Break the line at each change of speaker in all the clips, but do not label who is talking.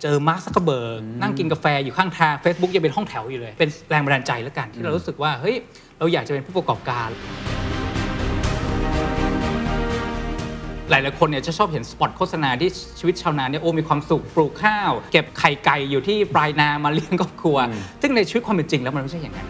เจอมาร์คซักเกอร์เบิร์กนั่งกินกาแฟอยู่ข้างทาง Facebook ยังเป็นห้องแถวอยู่เลย เป็นแรงบันดาลใจแล้วกัน ที่เรารู้สึกว่าเฮ้ยเราอยากจะเป็นผู้ประกอบการ หลายๆคนเนี่ยจะชอบเห็นสปอตโฆษณาที่ชีวิตชาวนาเนี่ยโอ้มีความสุขปลูกข้าว เก็บไข่ไก่อยู่ที่ปลายนามาเลี้ยงครอบครัว ซึ่งในชีวิตความเป็นจริงแล้วมันไม่ใช่อย่างนั้น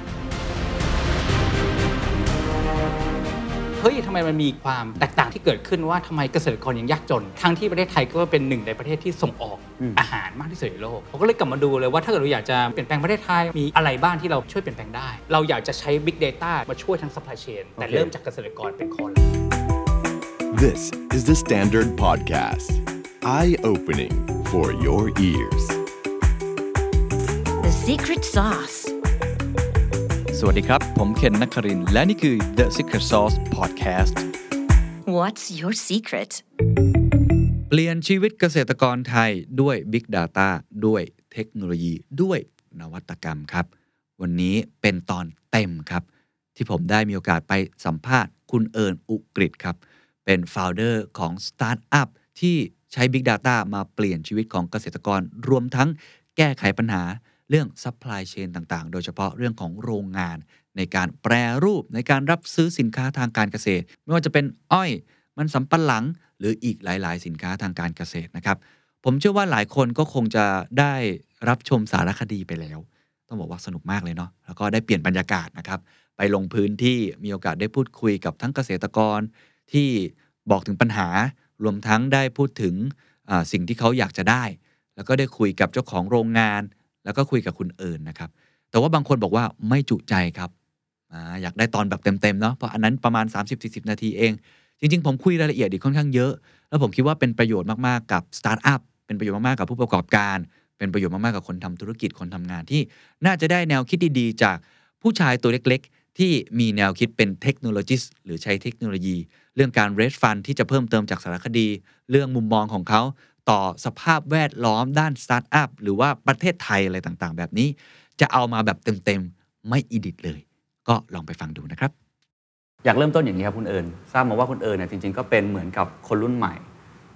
เฮ้ยทำไมมันมีความแตกต่างที่เกิดขึ้นว่าทำไมเกษตรกรยังยากจน ทั้งที่ประเทศไทยก็เป็นหนึ่งในประเทศที่ส่งออกอาหารมากที่สุดในโลกผมก็เลยกลับมาดูเลยว่าถ้าเกิดเราอยากจะเปลี่ยนแปลงประเทศไทยมีอะไรบ้างที่เราช่วยเปลี่ยนแปลงได้ เราอยากจะใช้ Big Data มาช่วยทั้ง supply chain แต่
โอเค
เริ่มจากเกษตรกรเป็นคน
This is the Standard Podcast. Eye opening for your ears.
The secret sauce.
สวัสดีครับ ผมเคนนักครินทร์และนี่คือ The Secret Sauce Podcast
What's your secret?
เปลี่ยนชีวิตเกษตรกรไทยด้วย Big Data ด้วยเทคโนโลยีด้วยนวัตกรรมครับ วันนี้เป็นตอนเต็มครับ ที่ผมได้มีโอกาสไปสัมภาษณ์คุณเอิญอุกฤษครับ เป็น founder ของ Startup ที่ใช้ Big Data มาเปลี่ยนชีวิตของเกษตรกร รวมทั้งแก้ไขปัญหาเรื่อง supply chain ต่างๆ โดยเฉพาะเรื่องของโรงงาน ในการแปรรูปในการรับซื้อสินค้าทางการเกษตร ไม่ว่าจะเป็นอ้อย มันสำปะหลังหรืออีกหลาย ๆ สินค้าทางการเกษตรนะครับ ผมเชื่อว่าหลายคนก็คงจะได้รับชมสารคดีไปแล้ว ต้องบอกว่าสนุกมากเลยเนาะแล้วก็ได้เปลี่ยนบรรยากาศนะครับ ไปลงพื้นที่มีโอกาสได้พูดคุยกับทั้งเกษตรกร ที่บอกถึงปัญหารวมทั้งได้พูดถึงอ่าสิ่งที่เขาอยากจะได้ แล้วก็ได้คุยกับเจ้าของโรงงาน แล้วก็คุยกับคุณเอิญนะครับ แต่ว่าบางคนบอกว่าไม่จุใจครับอาอยากได้ตอนแบบเต็ม ๆ เนาะเพราะอันนั้นประมาณ 30-40 นาทีเอง จริง ๆ ผมคุยรายละเอียดอีกค่อนข้างเยอะ แล้วผมคิดว่าเป็นประโยชน์มาก ๆ กับสตาร์ทอัพเป็นประโยชน์มาก ๆ กับผู้ประกอบการ เป็นประโยชน์มาก ๆ กับคนทำธุรกิจคนทำงานที่น่าจะได้แนวคิดดี ๆ จากผู้ชายตัวเล็ก ๆ ที่มีแนวคิดเป็นเทคโนโลยีหรือใช้เทคโนโลยี เรื่องการเรสฟันที่จะเพิ่มเติมจากสารคดี เรื่องมุมมองของเขาต่อสภาพแวดล้อมด้านสตาร์ทอัพหรือว่าประเทศไทยอะไรต่างๆ แบบนี้ จะเอามาแบบเต็มๆไม่อิดิทเลย ก็ลองไปฟังดูนะครับ
อยากเริ่มต้นอย่างนี้ครับคุณเอิญทราบมาว่าคุณเอิญเนี่ยจริง ๆ ก็เป็นเหมือนกับคนรุ่นใหม่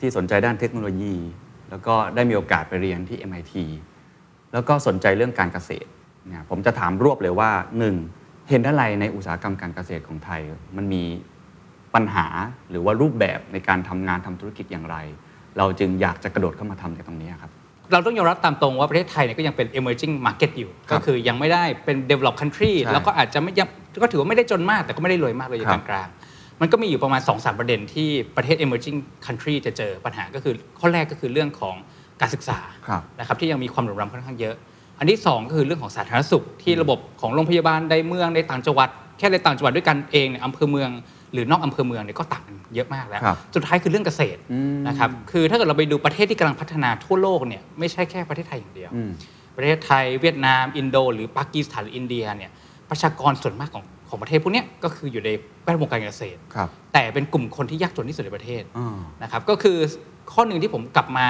ที่สนใจด้านเทคโนโลยี แล้วก็ได้มีโอกาสไปเรียนที่ MIT แล้วก็สนใจเรื่องการเกษตรเนี่ยผมจะถามรวบเลยว่า 1. เห็นอะไรในอุตสาหกรรมการเกษตรของไทย มันมีปัญหาหรือว่ารูปแบบในการทำงานทำธุรกิจอย่างไร เราจึงอยากจะกระโดดเข้ามาทำในตรงนี้ครับ
เราต้องยอมรับตามตรงว่าประเทศไทยเนี่ยก็ยังเป็น emerging market อยู่
ครับ
ก็คือยังไม่ได้เป็น developed country
ใช่
แล้วก็อาจจะไม่ยังก็ถือว่าไม่ได้จนมากแต่ก็ไม่ได้รวยมากเลยอยู่
ครั
ก
บ
ลางๆ มันก็มีอยู่ประมาณ 2-3 ประเด็นที่ประเทศ emerging country จะเจอปัญหาก็คือข้อแรกก็คือเรื่องของการศึกษา
ครับ
นะครับที่ยังมีความเหลื่อมล้ำค่อนข้างเยอะ อันที่สองก็คือเรื่องของสาธารณสุขที่ระบบของโรงพยาบาลในเมืองในต่างจังหวัด แค่ในต่างจังหวัดด้วยกันเองเนี่ยอำเภอเมือง หรือนอกอำเภอเมืองเนี่ยก็ต่างกันเยอะมากแล้ว
ครับ
สุดท้ายคือเรื่องเกษตร
อืม
นะครับคือถ้าเกิดเราไปดูประเทศที่กำลังพัฒนาทั่วโลกเนี่ยไม่ใช่แค่ประเทศไทยอย่างเดียว
อืม
ประเทศไทยเวียดนาม อินโด หรือปากีสถานหรืออินเดียเนี่ยประชากรส่วนมากของของประเทศพวกเนี้ยก็คืออยู่ในแวดวงการเกษตร
ครับ
แต่เป็นกลุ่มคนที่ยากจนที่สุดในประเทศ
อ่า
นะครับก็คือข้อหนึ่งที่ผมกลับมา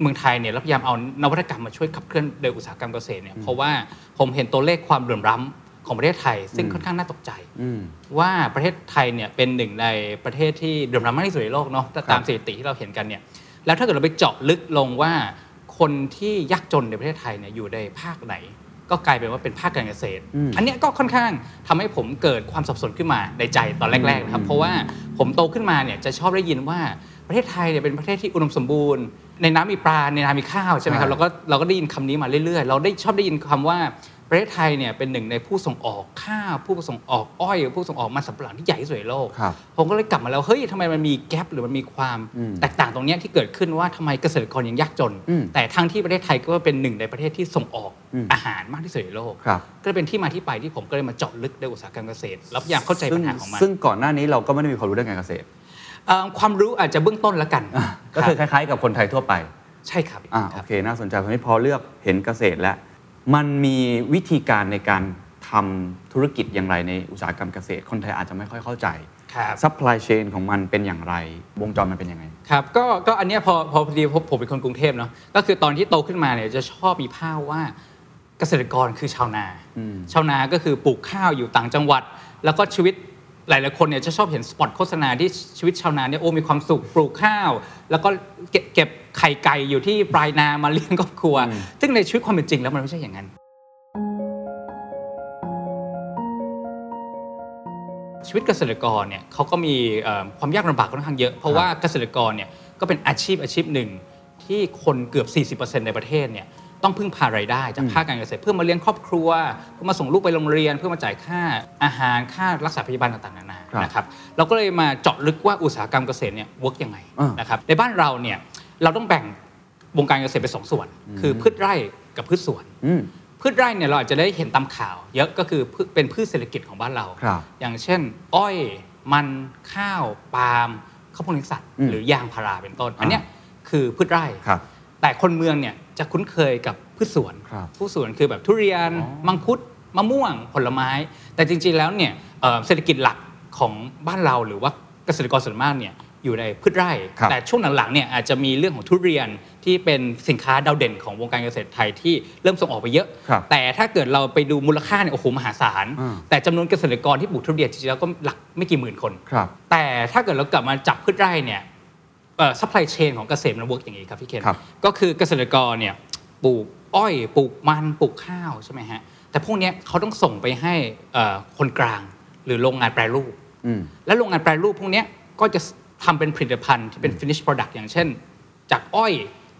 เมืองไทยเนี่ยแล้วพยายามเอานวัตกรรมมาช่วยขับเคลื่อนโดยอุตสาหกรรมเกษตรเนี่ยเพราะว่าผมเห็นตัวเลขความเหลื่อมล้ำของประเทศไทย ซึ่งค่อนข้างน่าตกใจ
อืม
ว่าประเทศไทยเนี่ยเป็นหนึ่งในประเทศที่เหลื่อมล้ำมากที่สุดในโลกเนาะถ้าตามสถิติที่เราเห็นกันเนี่ยแล้วถ้าเกิดเราไปเจาะลึกลงว่าคนที่ยากจนในประเทศไทยเนี่ยอยู่ในภาคไหน ก็กลายเป็นว่าเป็นภาคการเกษตร
อืม
อันเนี้ยก็ค่อนข้างทำให้ผมเกิดความสับสนขึ้นมาในใจตอนแรกๆนะครับ
อืม
เพราะว่าผมโตขึ้นมาเนี่ยจะชอบได้ยินว่าประเทศไทยเนี่ยเป็นประเทศที่อุดมสมบูรณ์ ในน้ำมีปลาในนามีข้าวใช่ไหมครับเราก็เราก็ได้ยินคำนี้มาเรื่อยๆ เราได้ชอบได้ยินคำว่าประเทศไทยเนี่ยเป็นหนึ่งในผู้ส่งออกข้าวผู้ส่งออกอ้อยผู้ส่งออกมันสำปะหลังที่ใหญ่ที่สุดในโลก
ครับ
ผมก็เลยกลับมาแล้ว เฮ้ยทำไมมันมีแกลบหรือมันมีความ
อืม
แตกต่างตรงเนี้ยที่เกิดขึ้นว่าทำไมเกษตรกรยังยากจน
อืม
แต่ทั้งที่ประเทศไทยก็เป็นหนึ่งในประเทศที่ส่งออก
อืม
อาหารมากที่สุดในโลก
ครับ
ก็เลยเป็นที่มาที่ไปที่ผมก็เลยมาเจาะลึกในอุตสาหกรรมเกษตรแล้วพยายามเข้าใจปัญหาของมัน
ซึ่งก่อนหน้านี้เราก็ไม่ได้มีความรู้เรื่องการเกษตร
เอ่อความรู้อาจจะเบื้องต้นละกัน
ก็คือครับ ล้ายๆกับคนไทยทั่วไป
ใช่ครับ
อ่า
ค
โอ
รับ
เค น่าสนใจเพราะนี้พอเลือกเห็นเกษตรแล้ว มันมีวิธีการในการทำธุรกิจอย่างไรในอุตสาหกรรมเกษตร คนไทยอาจจะไม่ค่อยเข้าใจ
ครับ
supply chain ของมันเป็นอย่างไร วงจรมันเป็นยังไง
ครับก็ก็อันเนี้ยพอพอพอดีผมผมเป็นคนกรุงเทพเนาะก็คือตอนที่โตขึ้นมาเนี่ยจะชอบมีภาพว่าเกษตรกรคือชาวนา
อืม
ชาวนาก็คือปลูกข้าวอยู่ต่างจังหวัด แล้วก็ชีวิตหลายๆคนเนี่ยจะชอบเห็นสปอตโฆษณาที่ชีวิตชาวนาเนี่ยโอ้มีความสุขปลูกข้าว แล้วก็เก็บเก็บ ไข่ไก่อยู่ที่ปลายนามาเลี้ยงครอบครัว
อืม
ซึ่งในชีวิตความเป็นจริงแล้วมันไม่ใช่อย่างนั้น ชีวิตเกษตรกรเนี่ยเขาก็มีเอ่อความยากลำบากค่อนข้างเยอะ เพราะว่าเกษตรกรเนี่ยก็เป็นอาชีพอาชีพหนึ่ง ที่คนเกือบ 40%ในประเทศเนี่ยต้องพึ่งพารายได้จากภาคการเกษตรเพื่อมาเลี้ยงครอบครัว เพื่อมาส่งลูกไปโรงเรียน เพื่อมาจ่ายค่าอาหารค่ารักษาพยาบาลต่างๆนานา
ครับ
นะครับเราก็เลยมาเจาะลึกว่าอุตสาหกรรมเกษตรเนี่ยเวิร์กยังไง
อ่าน
นะครับในบ้านเราเนี่ยเราต้องแบ่งวงการเกษตรเป็นสองส่วน คือพืชไร่กับพืชสวน
อืม
พืชไร่เนี่ยเราอาจจะได้เห็นตามข่าว เยอะก็คือพืชเป็นพืชเศรษฐกิจของบ้านเรา
ครับ
อย่างเช่น อ้อยมันข้าวปาล์มข้าวโพดเลี้ยงสัตว์
อืม
หรือยางพาราเป็นต้น อันเนี้ยคือพืชไร่
ครับ
แต่คนเมืองเนี่ยจะคุ้นเคยกับพืชสวน
ครับ
พืชสวนคือแบบทุเรียน
อ๋อ
มังคุดมะม่วงผลไม้ แต่จริงๆแล้วเนี่ยเอ่อเศรษฐกิจหลักของบ้านเราหรือว่าเกษตรกรส่วนมากเนี่ยอยู่ในพืชไร่
ครับ
แต่ช่วงหลังๆเนี่ยอาจจะมีเรื่องของทุเรียนที่เป็นสินค้าดาวเด่นของวงการเกษตรไทยที่เริ่มส่งออกไปเยอะ
ครับ
แต่ถ้าเกิดเราไปดูมูลค่าเนี่ยโอ้โหมหาศาล
อ่า
แต่จำนวนเกษตรกรที่ปลูกทุเรียนจริงๆแล้วก็หลักไม่กี่หมื่นคน
ครับ
แต่ถ้าเกิดเรากลับมาจับพืชไร่เนี่ยซัพพลายเชนของเกษตรมันเวิร์กอย่างนี้ครับพี่เคน
ครับ
ก็คือเกษตรกรเนี่ยปลูกอ้อยปลูกมันปลูกข้าวใช่ไหมฮะแต่พวกเนี้ยเขาต้องส่งไปให้เอ่อคนกลางหรือโรงงานแปรรูป
อืม
และโรงงานแปรรูปพวกเนี้ยก็จะทำเป็นผลิตภัณฑ์ที่เป็น finish product อย่างเช่น จากอ้อย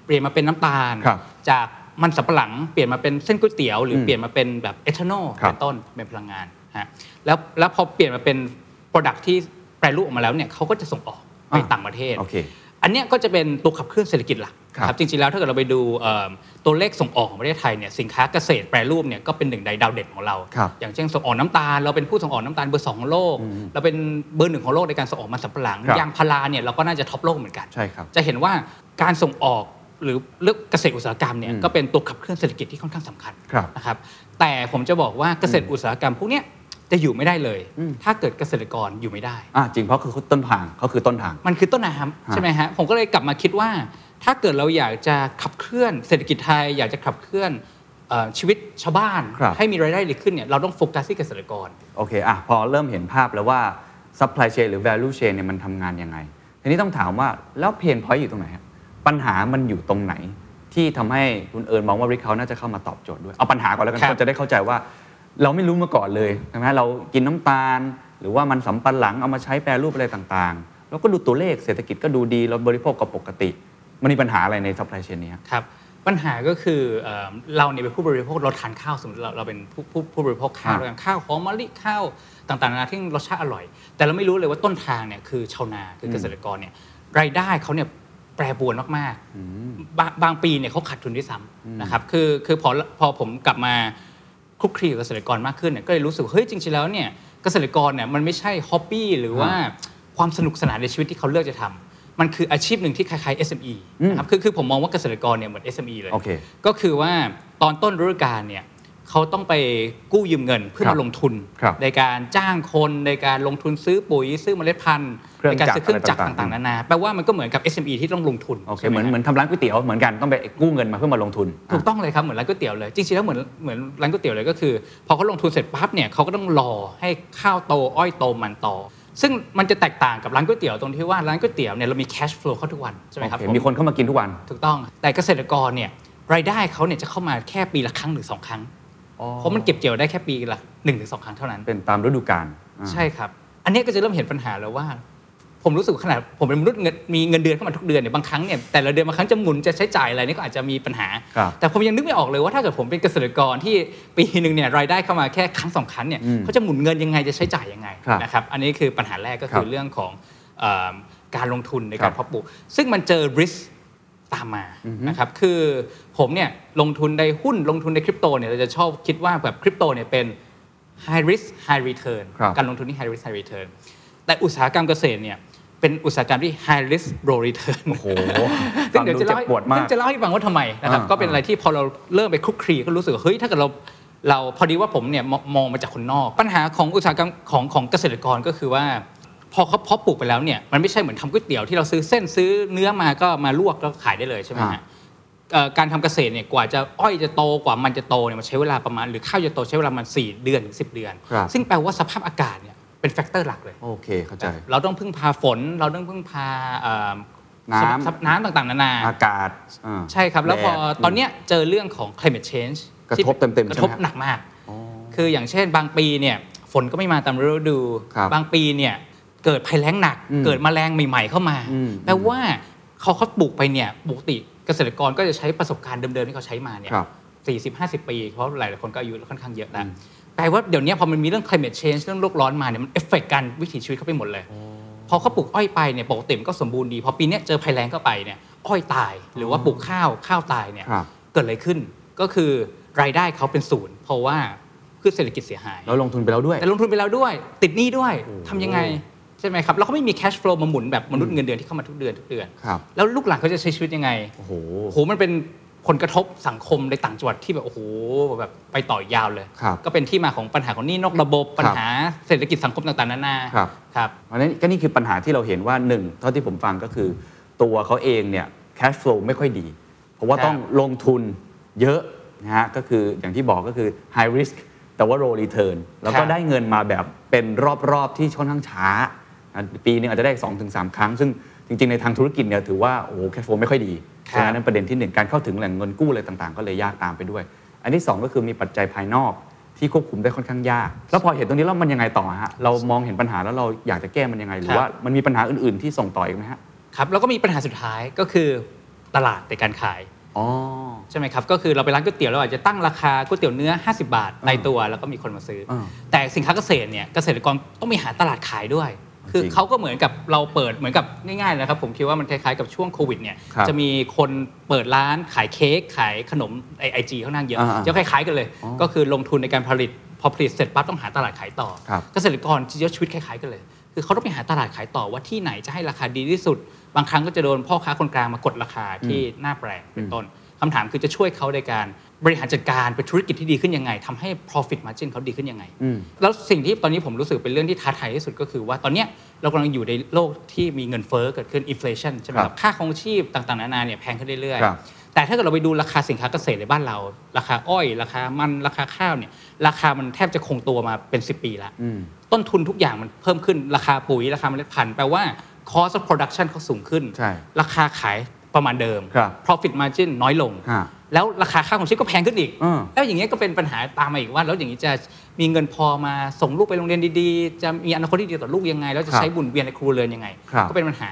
เปลี่ยนมาเป็นน้ำตาล
ครับ
จากมันสับปะหลังเปลี่ยนมาเป็นเส้นก๋วยเตี๋ยวหรืออ
ม
เปลี่ยนมาเป็นแบบเอทานอล
ครับ
เป็นต้นเป็นพลังงานฮะแล้วแล้วพอเปลี่ยนมาเป็น product ที่แปรรูปออกมาแล้วเนี่ยเขาก็จะส่งออกไป
อ่า
ต่างประเทศ
โอเค
อันเนี้ยก็จะเป็นตัวขับเคลื่อนเศรษฐกิจหลัก
ครับ
จริงๆแล้วถ้าเกิดเราไปดูเอิ่มตัวเลขส่งออกของประเทศไทยเนี่ยสินค้าเกษตรแปรรูปเนี่ยก็เป็นหนึ่งในดาวเด่นของเรา
ครับ
อย่างเช่นส่งออกน้ำตาล เราเป็นผู้ส่งออกน้ำตาลเบอร์สองของโลก
อืม
เราเป็นเบอร์หนึ่งของโลกในการส่งออกมันสำปะหลัง
ครับ
ยางพาราเนี่ยเราก็น่าจะท็อปโลกเหมือนกัน
ใช่ครับ
จะเห็นว่าการส่งออกหรือเรื่องเกษตรอุตสาหกรรมเนี่ย
อืม
ก็เป็นตัวขับเคลื่อนเศรษฐกิจที่ค่อนข้างสำคัญ
ครับ
นะครับแต่ผมจะบอกว่าเกษตรอุตสาหกรรมพวกเนี้ยจะอยู่ไม่ได้เลย
อืม
ถ้าเกิดเกษตรกรอยู่ไม่ได้
อ่าจริงเพราะคือต้นทางเขาคือต้นทาง
มันคือต้นน้ำ
ฮะ
ใช่ไหมฮะผมก็เลยกลับมาคิดว่า ถ้าเกิดเราอยากจะขับเคลื่อนเศรษฐกิจไทย อยากจะขับเคลื่อนเอ่อชีวิตชาวบ้าน
ครับ
ให้มีรายได้ดีขึ้นเนี่ยเราต้องโฟกัสที่เกษตรกร
โอเคอ่ะพอเริ่มเห็นภาพแล้วว่า supply chain หรือ value chain เนี่ยมันทำงานยังไง ทีนี้ต้องถามว่าแล้วเพนพอยต์อยู่ตรงไหนฮะปัญหามันอยู่ตรงไหน ที่ทำให้คุณเอิญมองว่าริคเขาน่าจะเข้ามาตอบโจทย์ด้วย เอาปัญหาก่อนแล้วกัน
ครับ
คนจะได้เข้าใจว่า เราไม่รู้มาก่อนเลยใช่ไหมเรากินน้ำตาล หรือว่ามันสำปะหลังเอามาใช้แปรรูปอะไรต่างๆ แล้วก็ดูตัวเลขเศรษฐกิจก็ดูดีเราบริโภคก็ปกติ มันมีปัญหาอะไรใน supply chain นี้ฮะ
ครับปัญหาก็คือเอ่อเราเนี่ยเป็นผู้บริโภคเราทานข้าวสมมติเราเราเป็นผู้ผู้ผู้บริโภคข้าว
ครับ
เราทานข้าวหอมมะลิข้าวต่างๆนานาที่รสชาติอร่อย แต่เราไม่รู้เลยว่าต้นทางเนี่ยคือชาวนาคือเกษตรกรเนี่ยรายได้เขาเนี่ยแปรปรวนมากๆบางบางปีเนี่ยเขาขาดทุนด้วยซ้ำนะครับคือคือพอพอผมกลับมาคลุกคลีกับเกษตรกรมากขึ้นเนี่ยก็เลยรู้สึกว่าเฮ้ยจริงๆแล้วเนี่ยเกษตรกรเนี่ยมันไม่ใช่ฮอบบี้หรือว่าความสนุกสนานในชีวิตที่เขาเลือกจะทำมันคืออาชีพหนึ่งที่คล้ายๆ SME
อืม
นะครับ คือคือผมมองว่าเกษตรกรเนี่ยเหมือน SME เลย
โอเค
ก็คือว่าตอนต้นฤดูกาลเนี่ยเขาต้องไปกู้ยืมเงินเพื่อ
ครับ
มาลงทุน
ครับ
ในการจ้างคนในการลงทุนซื้อปุ๋ยซื้อเมล็ดพันธุ์
เครื่อง
ในการซื้อเครื่องจักร
จักรอะไร
ต่างๆ
ต่างๆ
นานาแปลว่ามันก็เหมือนกับ SME ที่ต้องลงทุน
โอเค
ใช่ไ
เหมือนเหมือนทำร้านก๋วยเตี๋ยวเหมือนกันต้องไปกู้เงินมาเพื่อมาลงทุน
ถูกต้องเลยครับเหมือนร้านก๋วยเตี๋ยวเลยจริงๆแล้วเหมือนเหมือนร้านก๋วยเตี๋ยวเลยก็คือ พอเขาลงทุนเสร็จปั๊บเนี่ยเขาก็ต้องรอให้ข้าวโตอ้อยโตมันโตซึ่งมันจะแตกต่างกับร้านก๋วยเตี๋ยวตรงที่ว่าร้านก๋วยเตี๋ยวเนี่ยเรามี cash flow เข้าทุกวันใช่ไหมครับ
โอเค
ผม
มีคนเข้ามากินทุกวัน
ถูกต้อง แต่เกษตรกรเนี่ยรายได้เขาเนี่ยจะเข้ามาแค่ปีละครั้งหรือสองครั้ง เพราะมันเก็บเกี่ยวได้แค่ปีละหนึ่งถึงสองครั้งเท่านั้น
เป็นตามฤดูกาลอ่า
ใช่ครับ อันเนี้ยก็จะเริ่มเห็นปัญหาแล้วว่า ผมรู้สึกขนาดผมเป็นมนุษย์เงินมีเงินเดือนเข้ามาทุกเดือนเนี่ยบางครั้งเนี่ยแต่ละเดือนบางครั้งจะหมุนจะใช้จ่ายอะไรนี่ก็อาจจะมีปัญหา
ครับ
แต่ผมยังนึกไม่ออกเลยว่าถ้าเกิดผมเป็นเกษตรกรที่ปีหนึ่งเนี่ยรายได้เข้ามาแค่ครั้งสองครั้งเนี่ย
อืม
เขาจะหมุนเงินยังไงจะใช้จ่ายยังไง
ครับ
นะครับอันนี้คือปัญหาแรกก็คื
ค
อ
รับ
เรื่องของเอ่อการลงทุนในการ
ครับ
เพาะปลูกซึ่งมันเจอ risk ตามมา
อือฮึ
นะครับคือผมเนี่ยลงทุนในหุ้นลงทุนในคริปโตเนี่ยเราจะชอบคิดว่าแบบคริปโตเนี่ยเป็น high risk high return
ครับ
การลงทุนที่ high risk high return แต่อุตสาหกรรมเกษตรเนี่ยเป็นอุตสาหกรรมที่ high risk low return
โอ้โห
ซึ่
ฟั
ง
ง
เดี๋ยว
ดู
จะ
เจ็
เล่า
บ
ให้
ปวดมา
ซึ่
ก
งจะเล่าให้ฟังว่าทำไมนะครับ
อ่า
ก็เป็นอะไรที่พอเราเริ่มไปคลุกคลีก็รู้สึกว่าเฮ้ยถ้าเกิดเราเราพอดีว่าผมเนี่ยมองมองมาจากคนนอก ปัญหาของอุตสาหกรรมของของเกษตรกรก็คือว่า พอเขาเพาะปลูกไปแล้วเนี่ยมันไม่ใช่เหมือนทำก๋วยเตี๋ยวที่เราซื้อเส้นซื้อเนื้อมาก็มาลวกแล้วขายได้เลยใช่ไหม
อ่า
ฮะเอ่อการทำเกษตรเนี่ยกว่าจะอ้อยจะโตกว่ามันจะโตเนี่ยมันใช้เวลาประมาณหรือข้าวจะโตใช้เวลาประมาณ4เดือนถึง10 เดือน
ครับ
ซึ่งแปลว่าสภาพอากาศเนี่ยเป็นแฟกเตอร์หลักเลย
โอเคเข้าใจ
เราต้องพึ่งพาฝนเราต้องพึ่งพาเอ่อ สภา
น้ำ
พน้ำต่างๆ นานา
อากาศอ่า
ใช่ครับ แล้วพอ
แดด
ตอนเนี้ยเจอเรื่องของ climate change
กระทบเต็มๆ
กระท
ใช่ไห
บ
มครับ
หนักมาก
อ๋อ
คืออย่างเช่นบางปีเนี่ยฝนก็ไม่มาตามฤดู
ครับ
บางปีเนี่ยเกิดภัยแล้งหนัก
อืม
เกิดแมลงใหม่ ๆ เข้ามา
อืม
แปลว่าเขาเขาปลูกไปเนี่ยปกติเกษตรกรก็จะใช้ประสบการณ์เดิมๆที่เขาใช้มาเนี่ย
ครับ
สี่สิบห้าสิบปี เพราะหลายๆคนก็อายุค่อนข้างเยอะแล้ว
อืม
แปลว่าเดี๋ยวนี้พอมันมีเรื่อง climate change เรื่องโลกร้อนมาเนี่ยมันเอฟเฟกกันวิถีชีวิตเขาไปหมดเลย พอเขาปลูกอ้อยไปเนี่ยปกติมันก็สมบูรณ์ดี พอปีเนี้ยเจอภัยแล้งเข้าไปเนี่ยอ้อยตาย หรือว่าปลูกข้าวข้าวตายเนี่ย
ครับ
เกิดอะไรขึ้นก็คือรายได้เขาเป็นศูนย์ เพราะว่าพืชเศรษฐกิจเสียหาย
แล้วลงทุนไปแล้วด้วย
แต่ลงทุนไปแล้วด้วย ติดหนี้ด้วย
โอ้
ทำยังไงใช่ไหมครับแล้วเขาไม่มี cash flow มาหมุนแบบมนุษย์เงินเดือนที่เข้ามาทุกเดือนทุกเดือน
ครับ
แล้วลูกหลานเขาจะใช้ชีวิตยังไง
โอ้โห
โอ้โหมันเป็นผลกระทบสังคมในต่างจังหวัดที่แบบโอ้โหแบบไปต่อยาวเลย
ครับ
ก็เป็นที่มาของปัญหาของหนี้นอกระบบปัญหาเศรษฐกิจสังคมต่างๆนานา
ครับ
ครับ
เพราะฉะนั้นก็นี่คือปัญหาที่เราเห็นว่าหนึ่งเท่าที่ผมฟังก็คือ ตัวเขาเองเนี่ย cash flow ไม่ค่อยดี เพราะว่า
ครับ
ต้องลงทุนเยอะนะฮะก็คืออย่างที่บอกก็คือ high risk แต่ว่า low return แล้ว
ครั
ก็
บ
ได้เงินมาแบบเป็นรอบๆที่ค่อนข้างช้านะปีหนึงอาจจะได้ 2-3 ครั้ง ซึ่งจริง ๆ ในทางธุรกิจเนี่ยถือว่าโอ้โห cash flow ไม่ค่อยดี
ครับ
ดังนั้นประเด็นที่หนึ่งการเข้าถึงแหล่งเงินกู้อะไรต่างๆ ก็เลยยากตามไปด้วย อันที่สองก็คือมีปัจจัยภายนอกที่ควบคุมได้ค่อนข้างยาก แล้วพอเห็นตรงนี้แล้วมันยังไงต่อฮะเรามองเห็นปัญหาแล้วเราอยากจะแก้มันยังไง หรือว่ามันมีปัญหาอื่นๆที่ส่งต่ออีกไหมฮะ
ครับแล้วก็มีปัญหาสุดท้ายก็คือตลาดในการขาย
อ๋อ
ใช่ไหมครับก็คือเราไปร้านก๋วยเตี๋ยวเราอาจจะตั้งราคาก๋วยเตี๋ยวเนื้อ 50 บาทในตัวแล้วก็มีคนมาซื้ออ
ม
แต่สินค้าเกษตรเนี่ยเกษตรกรต้องมีหาตลาดขายด้วย คือ
จริง
เขาก็เหมือนกับเราเปิดเหมือนกับง่ายๆนะครับผมคิดว่ามันคล้ายๆกับช่วงโควิดเนี่ย
ครับ
จะมีคนเปิดร้านขายเค้กขายขนมไอจีข้างหน้างเยอะ
อ่าๆ
คล้ายๆกันเลย
อ๋อ
ก็คือลงทุนในการผลิต พอผลิตเสร็จปั๊บต้องหาตลาดขายต่อ
ครับ
เกษตรกรจริงๆชีวิตคล้ายๆกันเลย คือเขาต้องไปหาตลาดขายต่อว่าที่ไหนจะให้ราคาดีที่สุด บางครั้งก็จะโดนพ่อค้าคนกลางมากดราคาที่หน้าแปลงเป็นต้นคำถามคือจะช่วยเขาในการบริหารจัดการเป็นธุรกิจที่ดีขึ้นยังไงทำให้ profit margin เขาดีขึ้นยังไง
อืม
แล้วสิ่งที่ตอนนี้ผมรู้สึกเป็นเรื่องที่ท้าทายที่สุดก็คือว่าตอนเนี้ยเรากำลังอยู่ในโลกที่มีเงินเฟ้อเกิดขึ้น inflation ใช่ไหมค
ครั
รับบ ค่าครองชีพต่างๆนานาเนี่ยแพงขึ้นเรื่อย
ครับ
ๆ แต่ถ้าเกิดเราไปดูราคาสินค้าเกษตรในบ้านเรา ราคาอ้อย ราคามันราคาข้าวเนี่ยราคามันแทบจะคงตัวมาเป็น 10 ปีละ
อืม
ต้นทุนทุกอย่างมันเพิ่มขึ้นราคาปุ๋ยราคาเมล็ดพันธุ์แปลว่า cost of production เขาสูงขึ้น
ใช่
ราคาขายประมาณเดิม
ครับ
profit margin น้อยลง
ฮะ
แล้วราคาค่าของชีพก็แพงขึ้นอีก
อ่า
แล้วอย่างเงี้ยก็เป็นปัญหาตามมาอีกว่า แล้วอย่างนี้จะมีเงินพอมาส่งลูกไปโรงเรียนดีๆ จะมีอนาคตที่ดีต่อลูกยังไง แล้วจะ
ครับ
ใช้บุญเวียนในครูเรือนยังไง
ครับ
ก็เป็นปัญหา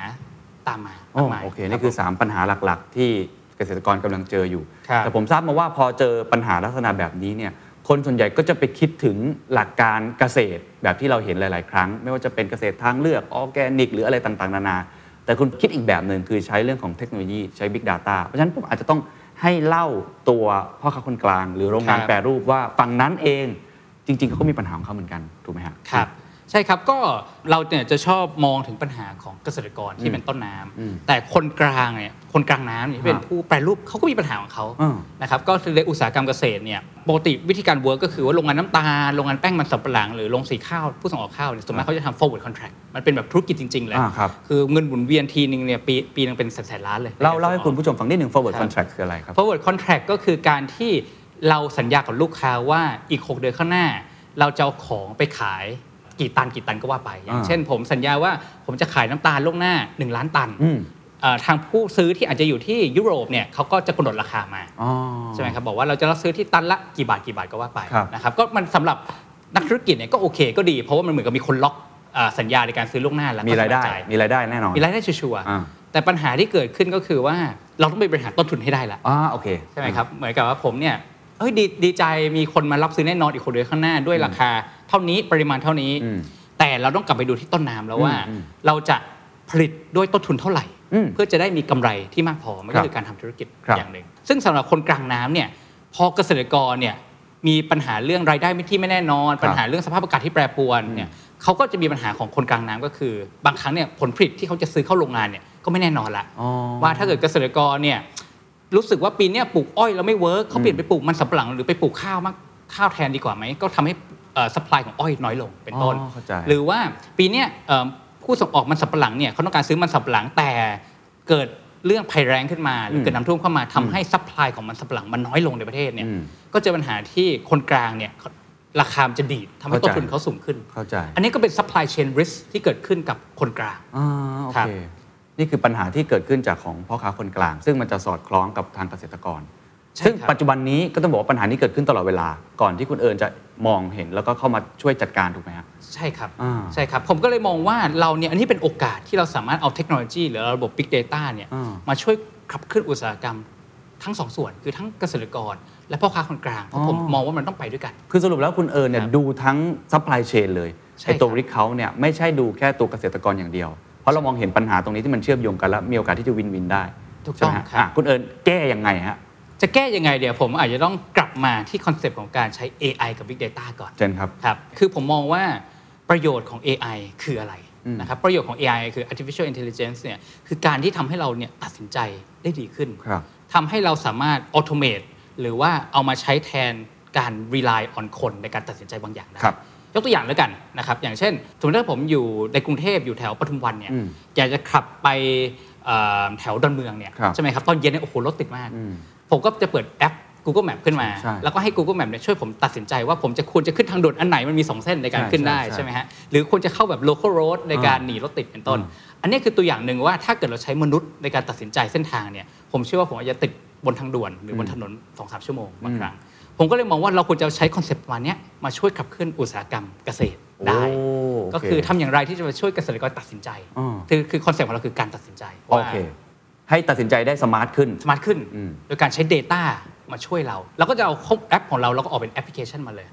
ตามมา
อ๋อ
มากมาย
โอเค
รับ
นี่คือ
ผม
3 ปัญหาหลักๆ ที่เกษตรกรกำลังเจออยู่
ครับ
แต่ผมทราบมาว่าพอเจอปัญหาลักษณะแบบนี้เนี่ย คนส่วนใหญ่ก็จะไปคิดถึงหลักการเกษตรแบบที่เราเห็นหลาย ๆ ครั้ง ไม่ว่าจะเป็นเกษตรทางเลือกออร์แกนิก หรืออะไรต่าง ๆ นานา แต่คุณคิดอีกแบบหนึ่งคือใช้เรื่องของเทคโนโลยีใช้ Big Data เพราะฉะนั้นผมอาจจะต้องให้เล่าตัวพ่อค้าคนกลาง หรือโรงงาน
ครับ
แปรรูปว่าฝั่งนั้นเองจริง ๆ เขาก็มีปัญหาของเขาเหมือนกันถูกไหมฮะ
ครับใช่ครับก็เราเนี่ยจะชอบมองถึงปัญหาของเกษตรกร
อื
ที่
ม
เป็นต้นน้ำ
อืม
แต่คนกลางเนี่ยคนกลางน้ำเนี่ยที่เป็น
ฮะ
ผู้แปรรูปเขาก็มีปัญหาของเขา
อ่า
นะครับก็คือในอุตสาหกรรมเกษตรเนี่ยปกติวิธีการเวิร์กก็คือว่าโรงงานน้ำตาลโรงงานแป้งมันสำปะหลังหรือโรงสีข้าวผู้ส่งออกข้าวเนี่ยส่วนมากเขาจะทำ forward contract มันเป็นแบบธุรกิจจริงๆเลย
อ่าครับ
คือเงินหมุนเวียนทีนึงเนี่ยปีปีนึงเป็นแสนๆล้านเลย
เล่าเล่าให้คุณผู้ชมฟังนิดหนึ่ง forward
ครับ
contract คืออะไรครับ
forward contract ก็คือการที่เราสัญญากับลูกค้าว่าอีก 6 เดือนข้างหน้า เราจะเอาของไปขายกี่ตันกี่ตันก็ว่าไป อย่าง
อ่า
เช่นผมสัญญาว่าผมจะขายน้ำตาลล่วงหน้า 1 ล้านตัน
อืม
เอ่อทางผู้ซื้อที่อาจจะอยู่ที่ยุโรปเนี่ยเขาก็จะกำหนดราคามา
อ๋อ
ใช่ไหมครับบอกว่าเราจะรับซื้อที่ตันละกี่บาทกี่บาทก็ว่าไป
ครับ
นะครับก็มันสำหรับนักธุรกิจเนี่ยก็โอเคก็ดี เพราะว่ามันเหมือนกับมีคนล็อกเอ่อสัญญาในการซื้อล่วงหน้าแล้วก็
มีรายได้
สบใจ
มีรายได้แน่นอน
มีรายได้ชัวร์ๆ
อ่า
แต่ปัญหาที่เกิดขึ้นก็คือว่าเราต้องไปบริหารต้นทุนให้ได้ละ
อ่าโอเค
ใช่ไหมครับ เหมือนกับว่าผมเนี่ยเอ้ยดีดีใจมีคนมารับซื้อแน่นอนอีกคนเดือนข้างหน้าด้วยราคาเท่านี้ปริมาณเท่านี้
อืม
แต่เราต้องกลับไปดูที่ต้นน้ำแล้วว่า
อืมอืม
เราจะผลิตด้วยต้นทุนเท่าไหร่
อืม
เพื่อจะได้มีกำไรที่มากพอ มัน
ครั
ก็
บ
คือการทำธุรกิจ
ครับ
อย่างหนึ่ง ซึ่งสำหรับคนกลางน้ำเนี่ยพอเกษตรกรเนี่ยมีปัญหาเรื่องรายได้ที่ไม่แน่นอน
ครับ
ปัญหาเรื่องสภาพอากาศที่แปรปรวนเนี่ยเขาก็จะมีปัญหาของคนกลางน้ำก็คือ บางครั้งเนี่ยผลผลิตที่เขาจะซื้อเข้าโรงงานเนี่ยก็ไม่แน่นอนละ
อ๋อ
ว่าถ้าเกิดเกษตรกรเนี่ย รู้สึกว่าปีเนี้ยปลูกอ้อยแล้วไม่เวิร์กเขาเปลี่ยนไปปลูกมันสำปะหลังหรือไปปลูกข้าวมากข้าวแทนดีกว่าไหม ก็ทำให้สัป l y ของอ้อยน้อยลงเป็นต้น
อ๋อเข้าใจ
หรือว่าปีเนี้ยเอ่อผู้ส่งออกมันสำปะหลังเนี่ยเขาต้องการซื้อมันสำปะหลังแต่เกิดเรื่องภัยแรงขึ้นมาหรืออ
ม
เกิดน้ำท่วมเข้ามาทำให้สัป l y ของมันสำปะหลังมันน้อยลงในประเทศเนี่ย
อืม
ก็เจอปัญหาที่คนกลางเนี่ยราคามนจะดีดทำให้
เข้า
ต้
ใจ
นทุนเขาสูงขึ้น
เข้าใจ
อันนี้ก็เป็น supply chain risk ที่เกิดขึ้นกับคนกลาง
อ่าโอ
ครับ
เค นี่ นี่คือปัญหาที่เกิดขึ้นจากของพ่อค้าคนกลาง ซึ่งมันจะสอดคล้องกับทางเกษตรกร
ใช่
ซึ่ง
ครับ
ปัจจุบันนี้ก็ต้องบอกว่าปัญหานี้เกิดขึ้นตลอดเวลาก่อนที่คุณเอิญจะมองเห็นแล้วก็เข้ามาช่วยจัดการถูกไหมฮะ
ใช่ครับ
อ่า
ใช่ครับ ผมก็เลยมองว่าเราเนี่ยอันนี้เป็นโอกาสที่เราสามารถเอาเทคโนโลยี หรือระบบ Big Data เนี่ย
อ่า
มาช่วยขับเคลื่อนอุตสาหกรรมทั้งสองส่วน คือทั้งเกษตรกร และพ่อค้าคนกลางเพราะผมมองว่ามันต้องไปด้วยกัน
คือสรุปแล้วคุณเอิญเนี่ย
ครับ
ดูทั้งซัพพลายเชนเลย
ใช่
ไอตัว
ครับ
ริกเขาเนี่ยไม่ใช่ดูแค่ตัวเกษตรกรอย่างเดียว เพราะเรามองเห็นปัญหาตรงนี้ที่มันเชื่อมโยงกันแล้วมีโอกาสที่จะวินวินได้
ถูก
ใช่
ต้
ไห
อง
มฮะ
ครั
อ่ะ
บ
คุณเอิญแก้ยังไงฮะ
จะแก้ยังไงเดี๋ยวผมอาจจะต้องกลับมาที่คอนเซปต์ของการใช้ AI กับ Big Data ก่อน
เจนครับ
ครับ คือผมมองว่าประโยชน์ของ AI คืออะไร
อืม
นะครับ ประโยชน์ของ AI คือ artificial intelligence เนี่ย คือการที่ทำให้เราเนี่ยตัดสินใจได้ดีขึ้น
ครับ
ทำให้เราสามารถ automate หรือว่าเอามาใช้แทนการ rely on คนในการตัดสินใจบางอย่างได้
ครับ
ยกตัวอย่างแล้วกันนะครับ อย่างเช่นสมมติถ้าผมอยู่ในกรุงเทพอยู่แถวปทุมวันเนี่ย
อืม
อยากจะขับไปเอ่อแถวดอนเมืองเนี่ย
ครับ
ใช่ไหมครับ ตอนเย็นเนี่ยโอ้โหรถติดมาก
อืม
ผมก็จะเปิดแอป Google Map ขึ้นมา
ใช่
แล้วก็ให้ Google Map เนี่ยช่วยผมตัดสินใจว่าผมจะควรจะขึ้นทางด่วนอันไหนมันมี 2 เส้นในการ
ใช่
ขึ้นได้
ใช่ใช่
ใช่ไหมฮะหรือควรจะเข้าแบบ local road ในการหนีรถติดเป็นต้น
อืม
อันนี้คือตัวอย่างหนึ่งว่าถ้าเกิดเราใช้มนุษย์ในการตัดสินใจเส้นทางเนี่ยผมเชื่อว่าผมอาจจะติดบนทางด่วนหรือบนถนนสองสามชั่วโมงบางครั้งผมก็เลยมองว่าเราควรจะใช้คอนเซปต์วันนี้ยมาช่วยขับเคลื่อนอุตสาหกรรมเกษตรได้
โอ้โเ
ก็คือทำอย่างไรที่จะมาช่วยเกษตรกรตัดสินใจ
อ่า
คือคือคอนเซปต์ของเราคือการตัดสินใจ
โอ
ว่า
เค ให้ตัดสินใจได้สมาร์ทขึ้น
สมาร์ทขึ้น
อืม
โดยการใช้ Data มาช่วยเรา แล้วก็จะเอาข้อแอปของเรา แล้วก็ออกเป็นแอปพลิเคชันมาเลย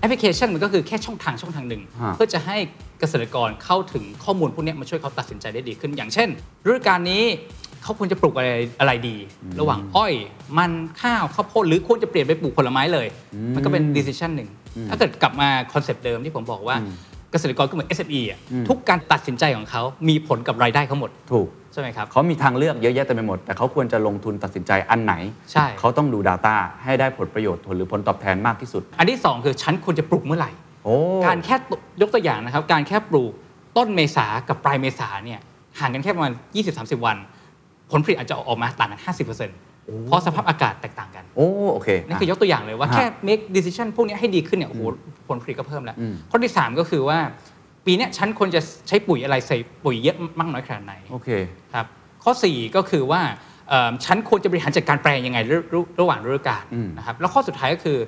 แอปพลิเคชันมันก็คือแค่ช่องทางช่องทางหนึ่ง
ฮะ
เพื่อจะให้เกษตรกรเข้าถึงข้อมูลพวกเนี้ยมาช่วยเขาตัดสินใจได้ดีขึ้น อย่างเช่นฤดูกาลนี้เขาควรจะปลูกอะไรอะไรดี ระหว่างอ้อย มันข้าวข้าวโพดหรือควรจะเปลี่ยนไปปลูกผลไม้เลย มันก็เป็นดีซิชันหนึ่งถ้าเกิดกลับมาคอนเซปต์เดิมที่ผมบอกว่าเกษตรกรก็เหมือน SME อ่ะ
อืม
ทุกการตัดสินใจของเขามีผลกับรายได้เขาหมด
ถูก
ใช่ไหมครับ
เขามีทางเลือกเยอะแยะเต็มไปหมด แต่เขาควรจะลงทุนตัดสินใจอันไหน
ใช่
เขาต้องดู Data ให้ได้ผลประโยชน์ผลหรือผลตอบแทนมากที่สุด
อันที่ 2 คือฉันควรจะปลูกเมื่อไหร่
โอ้
การแค่ตุยกตัวอย่างนะครับ การแค่ปลูกต้นเมษากับปลายเมษาเนี่ยห่างกันแค่ประมาณ 20-30 วัน ผลผลิตอาจจะออกมาต่างกัน 50%เพราะสภาพอากาศแตกต่างกัน
โอ้โอเค
นี่คือย
ะ
กตัวอย่างเลยว่า
ฮะ
แค่ make decision พวกเนี้ยให้ดีขึ้นเนี่ยโอ้โหผลผลิตก็เพิ่มแล้ว
อืม
ข้อที่ 3 ก็คือว่า ปีเนี้ยฉันควรจะใช้ปุ๋ยอะไรใส่ปุ๋ยเยอะมากน้อยขนาดไหน
โอเค
ครับข้อ 4 ก็คือว่าเอิ่มฉันควรจะบริหารจัดการแปลงยังไงระระระหว่างฤดูกาล
อืม
นะครับแล้วข้อสุดท้ายก็คือ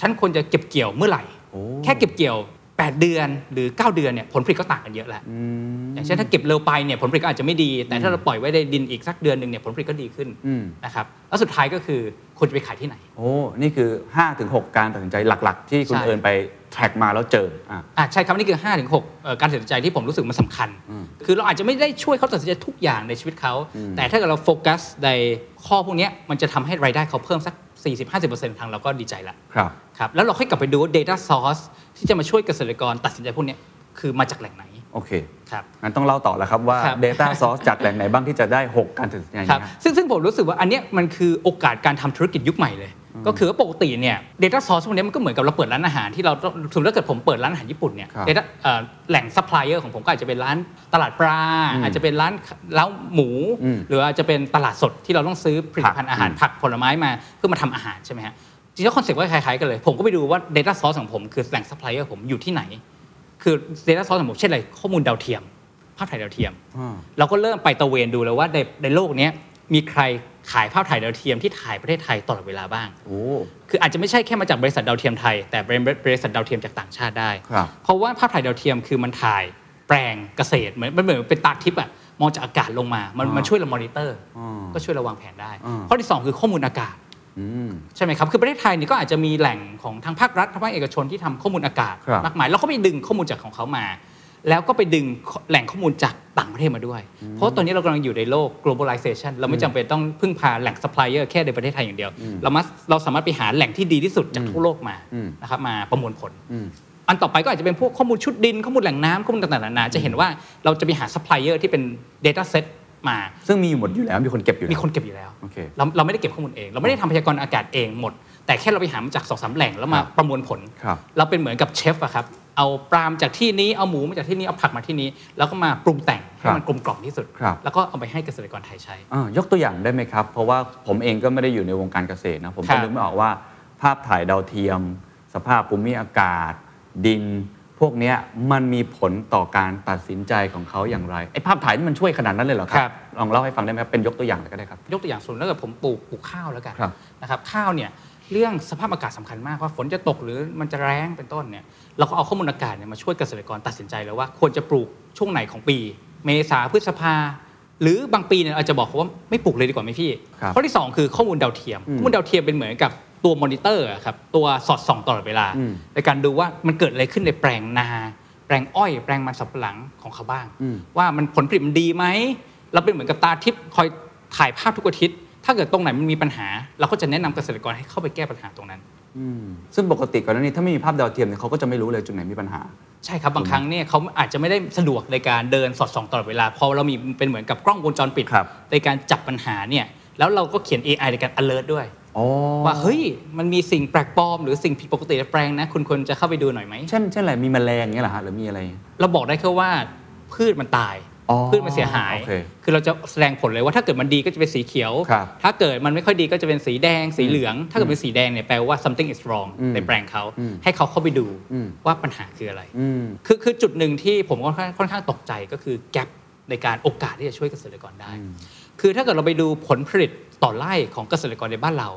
ฉันควรจะเก็บเกี่ยวเมื่อไหร่
โอ้
แค่เก็บเกี่ยว 8 เดือนหรือ 9 เดือนเนี่ยผลผลิตก็ต่างกันเยอะแล้ว
อืม
อย่างเช่นถ้าเก็บเร็วไปเนี่ยผลผลิตก็อาจจะไม่ดี แต่ถ้าเราปล่อยไว้ในดินอีกสักเดือนหนึ่งเนี่ยผลผลิตก็ดีขึ้น
อืม
นะครับแล้วสุดท้ายก็คือควรจะไปขายที่ไหน
โอ้ นี่คือ 5-6ถึง6การตัดสินใจหลัก ๆ ที่คุณ
ใช่
เอิญไปแทร็กมาแล้วเจออ่ะ
อ่ะใช่ครับนี่คือ5้าถึงหกการตัดสินใจที่ผมรู้สึกมันสำคัญ
อืม
คือเราอาจจะไม่ได้ช่วยเขาตัดสินใจทุกอย่างในชีวิตเขา แต่ถ้าเกิดเราโฟกัสในข้อพวกเนี้ยมันจะทำให้รายได้เขาเพิ่มสัก 40-50%ทางเราก็ดีใจละ
ครับ
ครับแล้วเราค่อยกลับไปดูว่า Data Source ที่จะมาช่วยเกษตรกรตัดสินใจพวกเนี้ยคือมาจากแหล่งไหน
โอเค
ครับ
งั้นต้องเล่าต่อแล้วครับว่า
ครับ
Data Source จากแหล่งไหนบ้างที่จะได้ 6 การตัดสินใจ
ครับ
เนี้ย
ซึ่งซึ่งผมรู้สึกว่าอันเนี้ยมันคือโอกาสการทำธุรกิจยุคใหม่เลย ก็คือว่าปกติเนี่ย Data Source พวกเนี้ยมันก็เหมือนกับเราเปิดร้านอาหารที่เราต้องสมมติถ้าเกิดผมเปิดร้านอาหารญี่ปุ่นเนี่ย
ครับ
Data เอ่อแหล่งซัพพลายเออร์ของผมก็อาจจะเป็นร้านตลาดปลา อาจจะเป็นร้านเล้าหมู
อืม
หรืออาจจะเป็นตลาดสดที่เราต้องซื้อผลิตภัณฑ์อาหาร
อืม
ผักผลไม้มาเพื่อมาทำอาหารใช่ไหมฮะจริงๆแล้วคอนเซ็ปต์ก็คล้ายๆกันเลย ผมก็ไปดูว่า Data Source ของผมคือแหล่งซัพพลายเออร์ผมอยู่ที่ไหน คือ Data Source ของผมเช่นอะไรข้อมูลดาวเทียม ภาพถ่ายดาวเทียม
อ่า
เราก็เริ่มไปตระเวนดูเลยว่าในในโลกเนี้ยมีใครขายภาพถ่ายดาวเทียมที่ถ่ายประเทศไทยตลอดเวลาบ้าง
โอ้
คืออาจจะไม่ใช่แค่มาจากบริษัทดาวเทียมไทย แต่เป็นบริษัทดาวเทียมจากต่างชาติได้
ครับ
เพราะว่าภาพถ่ายดาวเทียมคือมันถ่ายแปลงเกษตรเหมือนมันเหมือนเป็นตาทิพย์อะมองจากอากาศลงมา มันมันช่วยเรามอนิเตอร์
อ่า
ก็ช่วยเระวางแผนได้
อ่า
ข้อที่สองคือข้อมูลอากาศ
อืม
ใช่ไหมครับ คือประเทศไทยนี่ก็อาจจะมีแหล่งของทางภาครัฐทางภาคเอกชนที่ทำข้อมูลอากาศ
ครับ
มากมาย แล้วก็ไปดึงข้อมูลจากของเขามา แล้วก็ไปดึงแหล่งข้อมูลจากต่างประเทศมาด้วย เพราะว่าตอนนี้เรากำลังอยู่ในโลก globalization เราไม่จำเป็นต้องพึ่งพาแหล่ง supplier แค่ในประเทศไทยอย่างเดียว เรามาเราสามารถไปหาแหล่งที่ดีที่สุดจากทั่วโลกมา
อืม
นะครับมาประมวลผล
อืม
อันต่อไปก็อาจจะเป็นพวกข้อมูลชุดดินข้อมูลแหล่งน้ำข้อมูลต่างๆนานาจะเห็นว่าเราจะไปหา supplier ที่เป็น data set มา
ซึ่งมีอยู่หมดอยู่แล้ว มีคนเก็บอยู่แล้ว
มีคนเก็บอยู่แล้ว
โอเค
เราเราไม่ได้เก็บข้อมูลเอง เราไม่ได้ทำพยากรณ์อากาศเองหมด แต่แค่เราไปหามาจากสองสามแหล่งแล้วมา
ครับ
ประมวลผล
ครับ
เราเป็นเหมือนกับเชฟอะครับ เอาปลามจากที่นี้เอาหมูมาจากที่นี้เอาผักมาที่นี้ แล้วก็มาปรุงแต่งให้มัน
ครับ
กลมกล่อมที่สุด
ครับ
แล้วก็เอาไปให้เกษตรกรไทยใช้
อ่ายกตัวอย่างได้ไหมครับ เพราะว่าผมเองก็ไม่ได้อยู่ในวงการเกษตรนะ ผม
ครั
ก็
บ
นึกไม่ออกว่า ภาพถ่ายดาวเทียม สภาพภูมิอากาศ ดิน พ วกเนี้ยมันมีผลต่อการตัดสินใจของเขาอย่างไรไอ้ภาพถ่ายนี่มันช่วยขนาดนั้นเลยเหรอค
ครั
รับ ลองเล่าให้ฟังได้ไหมครับเป็นยกตัวอย่างเลยก็ได้ครับ
ยกตัวอย่างสมมติถ้าเกิดผมปลูกปลูกข้าวแล้วกัน
ครับ
นะครับข้าวเนี่ยเรื่องสภาพอากาศสำคัญมากว่าฝนจะตกหรือมันจะแรงเป็นต้นเนี่ยเราก็เอาข้อมูลอากาศเนี่ยมาช่วยเกษตรกรตัดสินใจแล้วว่าควรจะปลูกช่วงไหนของปี เมษาพฤษภา หรือบางปีเนี่ยอาจจะบอกเขาว่าไม่ปลูกเลยดีกว่าไหมพี่
ครับ
ข้อที่สองคือข้อมูลดาวเทียม
อืม
ข้อมูลดาวเทียมเป็นเหมือนกับตัวมอนิเตอร์อะครับตัวสอดส่องตลอดเวลา
อืม
ในการดูว่ามันเกิดอะไรขึ้นในแปลงนา แปลงอ้อย แปลงมันสำปะหลังของเขาบ้าง
อืม
ว่ามันผลผลิตมันดีไหม เราเป็นเหมือนกับตาทิพย์คอยถ่ายภาพทุกอาทิตย์ ถ้าเกิดตรงไหนมันมีปัญหา เราก็จะแนะนำเกษตรกรให้เข้าไปแก้ปัญหาตรงนั้น
ซึ่งปกติก่อนหน้านี้ถ้าไม่มีภาพดาวเทียมเนี่ยเขาก็จะไม่รู้เลยจุดไหนมีปัญหา
ใช่ครับ บางครั้งเนี่ยเขาอาจจะไม่ได้สะดวกในการเดินสอดส่องตลอดเวลาพอเรามีเป็นเหมือนกับกล้องวงจรปิด
ครับ
ในการจับปัญหาเนี่ยแล้วเราก็เขียน AI ในการ alert ด้วย
อ๋อ
ว่าเฮ้ยมันมีสิ่งแปลกปลอมหรือสิ่งผิดปกติในแปลงนะคุณควรจะเข้าไปดูหน่อยไหม
เช่นเช่นอะไรมีแมลงเงี้ยเหรอฮะหรือมีอะไร
เราบอกได้แค่ว่าพืชมันตาย
อ๋อ
พืชมันเสียหาย
โอเค
คือเราจะแสดงผลเลยว่าถ้าเกิดมันดีก็จะเป็นสีเขียว
ครับ
ถ้าเกิดมันไม่ค่อยดีก็จะเป็นสีแดง สีเหลือง ถ้าเกิดเป็นสีแดงเนี่ยแปลว่า something is wrong
อืม
ในแปลงเขา
อืม
ให้เขาเข้าไปดู
อืม
ว่าปัญหาคืออะไร
อืม
คือคือจุดหนึ่งที่ผมค่อนข้างค่อนข้างตกใจก็คือแกลบในการโอกาสที่จะช่วยเกษตรกรได้ คือถ้าเกิดเราไปดูผลผลิตต่อไร่ของเกษตรกรในบ้านเรา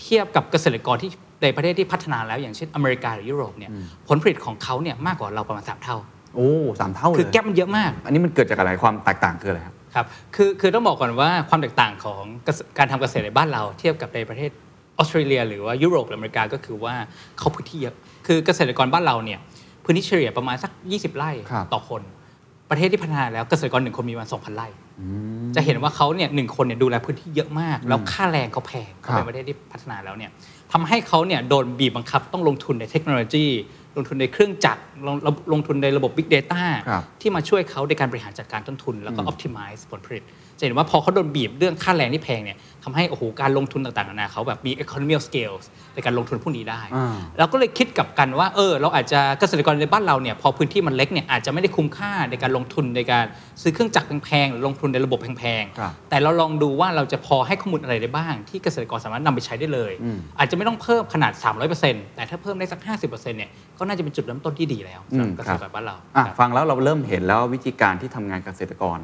เทียบกับเกษตรกรที่ในประเทศที่พัฒนาแล้วอย่างเช่นอเมริกาหรือยุโรปเนี่ย
อืม
ผลผลิตของเขาเนี่ยมากกว่าเราประมาณสามเท่า
โอ้สามเท่าเลย
คือแกลบมันเยอะมาก
อันนี้มันเกิดจากอะไรความแตกต่างคืออะไรครับ
ครับ คือ คือต้องบอกก่อนว่าความแตกต่างของเกษการทำเกษตรในบ้านเราเทียบกับในประเทศออสเตรเลีย หรือว่ายุโรปหรืออเมริกาก็คือว่าเขาพื้นที่เยอะ คือเกษตรกรบ้านเราเนี่ยพื้นที่เฉลี่ยประมาณสัก 20 ไร่
ครับ
ต่อคน ประเทศที่พัฒนาแล้วเกษตรกรหนึ่งคนมีประมาณ2,000 ไร่
อืม
จะเห็นว่าเขาเนี่ยหนึ่งคนเนี่ยดูแลพื้นที่เยอะมาก แล้วค่าแรงเขาแพง
ครับ
เขาเป็นประเทศที่พัฒนาแล้วเนี่ยทำให้เขาเนี่ยโดนบีบบังคับต้องลงทุนในเทคโนโลยี ลงทุนในเครื่องจักรลงลงลงทุนในระบบ Big Data
ครับ
ที่มาช่วยเขาในการบริหารจัดการต้นทุน แล้วก็
อืม
optimize ผลผลิต จะเห็นว่าพอเขาโดนบีบเรื่องค่าแรงที่แพงเนี่ยทำให้โอ้โหการลงทุนต่างๆนานาเขาแบบมี economy of scale ในการลงทุนพวกนี้ได้
อ่า
เราก็เลยคิดกลับกันว่าเออเราอาจจะเกษตรกรในบ้านเราเนี่ยพอพื้นที่มันเล็กเนี่ยอาจจะไม่ได้คุ้มค่าในการลงทุนในการซื้อเครื่องจักรแพงๆหรือลงทุนในระบบแพง
ครับ
ๆแต่เราลองดูว่าเราจะพอให้ข้อมูลอะไรได้บ้าง ที่เกษตรกรสามารถนำไปใช้ได้เลย
อืม
อาจจะไม่ต้องเพิ่มขนาด 300%แต่ถ้าเพิ่มได้สัก 50%เนี่ยก็น่าจะเป็นจุดเริ่มต้นที่ดีแล้วสำหรับ
อืม
เก
ค
ษ
รั
ตร
บ
กรบ้านเรา
อ่ะ
ครับ
ฟังแล้วเราเริ่มเห็นแล้ววิธีการที่ทำงานเกษตรกร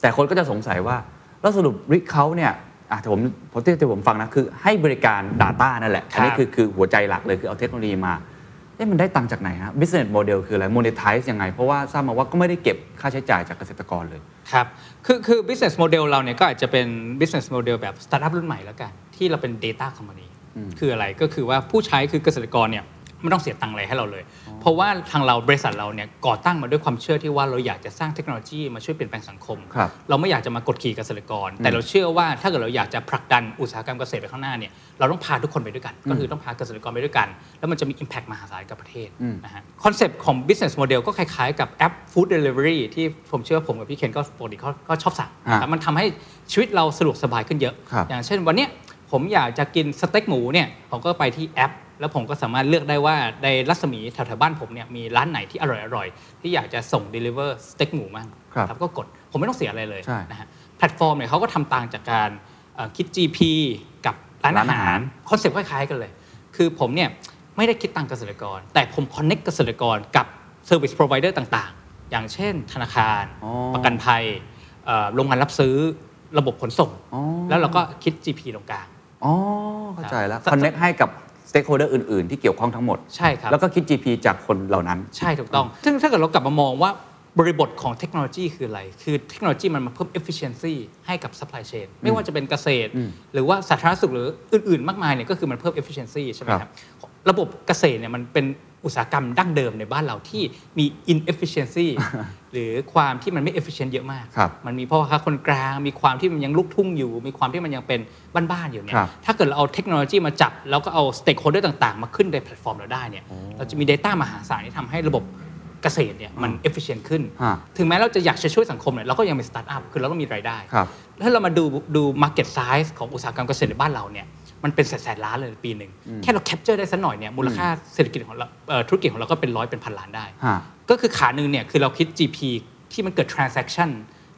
แต่คนก็จะสงสัยว่าแล้วสรุปริเขาเนี่ยอ่ะแต่ผมผมที่ที่ผมฟังนะคือให้บริการ Data นั่นแหละ
ครับ
อันี้คือคือหัวใจหลักเลยคือเอาเทคโนโลยีมาเอ๊ะมันได้ตังค์จากไหนฮะ business model คืออะไร monetize ยังไง เพราะว่าทราบมาว่าก็ไม่ได้เก็บค่าใช้จ่ายจากเกษตรกรเลย
ครับ คือ คือ business model เราเนี่ย ก็อาจจะเป็น business model แบบ startup รุ่นใหม่แล้วกัน ที่เราเป็น data company
อืม
คืออะไร ก็คือว่าผู้ใช้คือเกษตรกรเนี่ย ไม่ต้องเสียตังค์อะไรให้เราเลย เพราะว่าทางเราบริษัทเราเนี่ย ก่อตั้งมาด้วยความเชื่อที่ว่าเราอยากจะสร้างเทคโนโลยีมาช่วยเปลี่ยนแปลงสังคม
ครับ
เราไม่อยากจะมากดขี่เกษตรกร แต่เราเชื่อว่าถ้าเกิดเราอยากจะผลักดันอุตสาหกรรมเกษตรไปข้างหน้าเนี่ย เราต้องพาทุกคนไปด้วยกัน ก็คือต้องพาเกษตรกรไปด้วยกัน แล้วมันจะมี impact มหาศาลกับประเทศ
อืม
นะฮะ คอนเซปต์ของ business model ก็คล้ายๆ กับแอป food delivery ที่ผมเชื่อว่าผมกับพี่เคนก็ปกติก็ก็ชอบสั่ง
ฮะ
ครับมันทำให้ชีวิตเราสะดวกสบายขึ้นเยอะ
ครับ
อย่างเช่นวันเนี้ยผมอยากจะกินสเต็กหมูเนี่ยผมก็ไปที่แอป แล้วผมก็สามารถเลือกได้ว่าในรัศมีแถวๆบ้านผมเนี่ยมีร้านไหนที่อร่อยๆ ที่อยากจะส่ง deliver สเต็กหมูมั่ง
ครับ
ก็กดผมไม่ต้องเสียอะไรเลย
ใช่
นะฮะแพลตฟอร์มเนี่ยเขาก็ทำต่างจากการเอ่อคิด GP กับร้านอาหาร คอนเซ็ปต์คล้ายๆกันเลย คือผมเนี่ยไม่ได้คิดตังค์เกษตรกร แต่ผมคอนเน็กเกษตรกรกับเซอร์วิส r o อ i เดอร์ต่างๆ อย่างเช่น ธนาคาร
อ๋อ
ประกันภัยเอ่อโรงงานรับซื้อระบบขนส่ง
อ๋อ
แล้วเราก็คิด GP ตรงกลาง
อ๋อเข้าใจแล้ว
ครับ
connect ให้กับ stakeholder อื่น ๆ ที่เกี่ยวข้องทั้งหมด
ใช่ครับ
แล้วก็คิด GP จากคนเหล่านั้น
ใช่ถูกต้อง ซึ่งถ้าเกิดเรากลับมามองว่าบริบทของเทคโนโลยีคืออะไร คือเทคโนโลยีมันมาเพิ่ม efficiency ให้กับ supply chain ไม่ว่าจะเป็นเกษตร
อืม
หรือว่าสาธารณสุขหรืออื่น ๆ มากมายเนี่ยก็คือมันเพิ่ม efficiency ใช่ไหม
ค
ครั
รั
บ บ ระบบเกษตรเนี่ยมันเป็นอุตสาหกรรมดั้งเดิมในบ้านเราที่มี inefficiency หรือความที่มันไม่ efficient เยอะมาก
ครับ
มันมีพ่อค้าคนกลาง มีความที่มันยังลุกทุ่งอยู่ มีความที่มันยังเป็นบ้านๆอยู่เนี่
ค
ย
รับ
ถ้าเกิดเราเอาเทคโนโลยีมาจับ แล้วก็เอา stakeholder ต่างๆ มาขึ้นในแพลตฟอร์มเราได้เนี่ย เราจะมี Data มหาศาลที่ทำให้ระบบเกษตรเนี่ยมัน efficient ขึ้น
ฮะ
ถึงแม้เราจะอยากจะช่วยสังคมเนี่ยเราก็ยังเป็นสตาร์ทอัพ คือเราต้องมีรายได้
ครับ
ถ้าเรามาดูดู market size ของอุตสาหกรรมเกษตรในบ้านเราเนี่ยมันเป็นแสนแสนล้านเลยปีหนึ่ง แค่เรา capture ได้สักหน่อยเนี่ยมูลค่าเศรษฐกิจของเราเอ่อธุรกิจของเราก็เป็นร้อยเป็นพันล้านได้
ฮะ
ก็คือขาหนึ่งเนี่ยคือเราคิด GP ที่มันเกิด transaction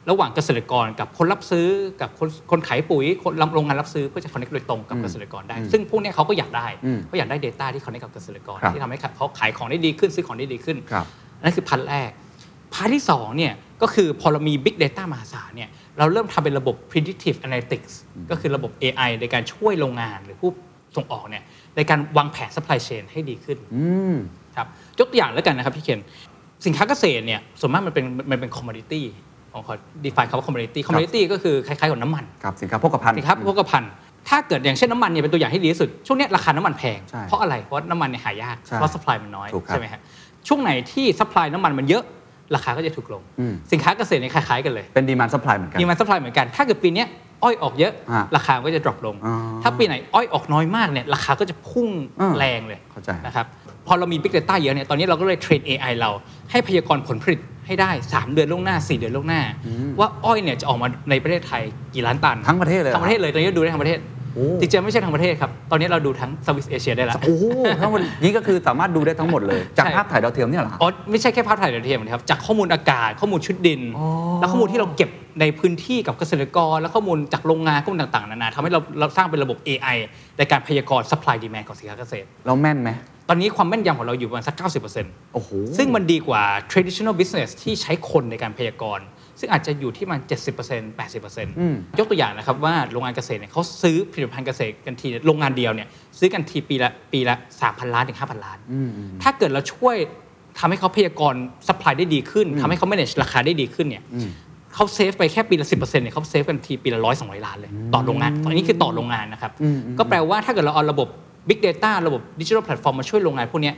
ระหว่างเกษตรกรกับคนรับซื้อกับคนคนขายปุ๋ยคนโรงงานรับซื้อเพื่อจะ connect โดยตรงกับเกษตรกรได้ ซึ่งพวกเนี้ยเขาก็อยากได้
อืม
เขาอยากได้ Data ที่ connect กับเกษตรกร
ครับ
ที่ทำให้เขาขายของได้ดีขึ้นซื้อของได้ดีขึ้น
ครับ
นั่นคือพันแรก พาร์ทที่2เนี่ยก็คือพอเรามี Big Data มหาศาลเนี่ยเราเริ่มทำเป็นระบบ predictive analytics ก็คือระบบ AI ในการช่วยโรงงานหรือผู้ส่งออกเนี่ยในการวางแผน supply chain ให้ดีขึ้น
อืม
ครับยกตัวอย่างแล้วกันนะครับพี่เคนสินค้าเกษตรเนี่ยส่วนมากมันเป็นมันเป็น commodity ผมขอ define คำว่า commodity commodity ก็คือคล้ายๆกับน้ำมัน
ครับสินค้าโภคภัณฑ์
สินค้าโภคภัณฑ์ถ้าเกิดอย่างเช่นน้ำมันเนี่ยเป็นตัวอย่างที่ดีที่สุด ช่วงเนี้ยราคาน้ำมันแพง
ใช่
เพราะอะไรเพราะน้ำมันเนี่ยหายาก
ใช่
เพราะ supply มันน้อย
ถูกครับ
ใช่ไหมฮะช่วงไหนที่ supply น้ำมันมันเยอะราคาก็จะถูกลง
อืม
สินค้าเกษตรเนี่ยคล้าย ๆ กันเลย
เป็นดีมานซัพพลายเหมือนกัน
ดีมา s u p p ายเหมือนกัน ถ้าเกิดปีเนี้ยอ้อยออกเยอะ
อ่า
ราคามันก็จะ drop ลง
อ๋อ
ถ้าปีไหนอ้อยออกน้อยมากเนี่ยราคาก็จะพุ่ง
อ่า
แรงเลย
เข้าใจ
นะครับ พอเรามี Big Data เยอะเนี่ย ตอนนี้เราก็เลยเทรน AI เราให้พยากรณ์ผลผลิตให้ได้ 3 เดือนล่วงหน้า 4 เดือนล่วงหน้า
อืม
ว่าอ้อยเนี่ยจะออกมาในประเทศไทยกี่ล้านตัน
ทั้งประเทศเลยเหรอ
ทั้งประเทศเลยตอนนี้ดูได้ทั้งประเทศ
โอ้
จริงๆไม่ใช่ทั้งประเทศครับตอนนี้เราดูทั้งสวิสเอเชียได้แล้ว
โอ้โหทั้งหมดนี้ก็คือสามารถดูได้ทั้งหมดเลย จาก
ใช่
ภาพถ่ายดาวเทียมเนี่ยเหรอ
อ๋อไม่ใช่แค่ภาพถ่ายดาวเทียมนะครับจากข้อมูลอากาศข้อมูลชุดดิน
อ๋อ
และข้อมูลที่เราเก็บในพื้นที่กับเกษตรกร และข้อมูลจากโรงงานข้อมูลต่างๆนานาทำให้เราเราสร้างเป็นระบบ AI ในการพยากรณ์ supply demand ของสินค้าเกษตร
เราแม่นไหม
ตอนนี้ความแม่นยำของเราอยู่ประมาณสัก 90%
โอ้โห
ซึ่งมันดีกว่า traditional business ที่ใช้คนในการพยากรณ์ ซึ่งอาจจะอยู่ที่ประมัน 70% 80%
อืม
ยกตัวอย่างนะครับว่าโรงงานเกษตรเนี่ยเขาซื้อผลิตภัณฑ์เกษตรกันทีเนี่ยโรงงานเดียวเนี่ยซื้อกันทีปีละปีละ3,000ล้านถึง5,000ล้าน
อืมอืม
ถ้าเกิดเราช่วยทำให้เขาพยากรณ์ supply ได้ดีขึ้นทำให้เขา manage ราคาได้ดีขึ้นเนี่ย
อืม
เขาเซฟไปแค่ปีละสิเนี่ยเขาเซฟกันทีปีละร้อยสองล้านเลย ต่อโรงงานอันนี้คือต่อโรงงานนะครับ ก็แปลว่าถ้าเกิดเราเอาระบบ Big Data ระบบ Digital Platform มาช่วยโรงงานพวกเนี้ย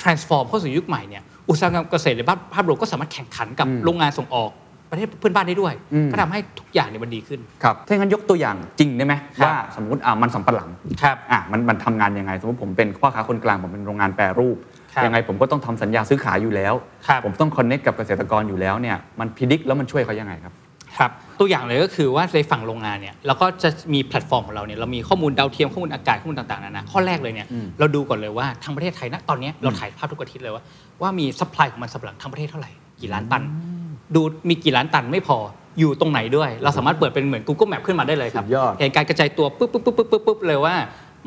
transform เข้าสู่ยุคใหม่เนี่ยอุตสาหกรรมเกษตรในภาพรวมก็สามารถแข่งขันกับ
อืม
โรงงานส่งออกประเทศเพื่อนบ้านได้ด้วย
อืม
ก็ทำให้ทุกอย่างเนี่ยมันดีขึ้น
ครับถ้างั้นยกตัวอย่างจริงได้ไหม
ครับ
ว่าสมมติอ่ามันสำปะหลัง
ครับ
อ่ะมันมันทำงานยังไง สมมติผมเป็นพ่อค้าคนกลาง ผมเป็นโรงงานแปรรูป
ครับ
ยังไงผมก็ต้องทำสัญญาซื้อขายอยู่แล้ว
ครับ
ผมต้องคอนเน c t กับเกษตรกรอยู่แล้วเนี่ยมันพิดิกแล้วมันช่วยเขายังไงครับ
ครับตัวอย่างเลยก็คือว่าในฝั่งโรงงานเนี่ยเราก็จะมีแพลตฟอร์มของเราเนี่ยเรามีข้อมูลดาวเทียมข้อมูลอากาศข้อมูลต่างๆนานาข้อแรกเลยเนี่ย
อืม
เราดูก่อนเลยว่าทั้งประเทศไทยนะตอนเนี้ยเราถ่ายภาพทุกอาทิตย์เลยว่าว่ามีซัพพลายของมันสำหรับทั้งประเทศเท่าไหร่กี่ล้านตัน ดูมีกี่ล้านตันไม่พออยู่ตรงไหนด้วย เราสามารถเปิดเป็นเหมือน Google Map ขึ้นมาได้เลยครับ
สุดยอด
เห็นการกระจายตัวปุ๊บปุ๊บปุ๊บปุ๊บปุ๊บปุ๊บเลยว่า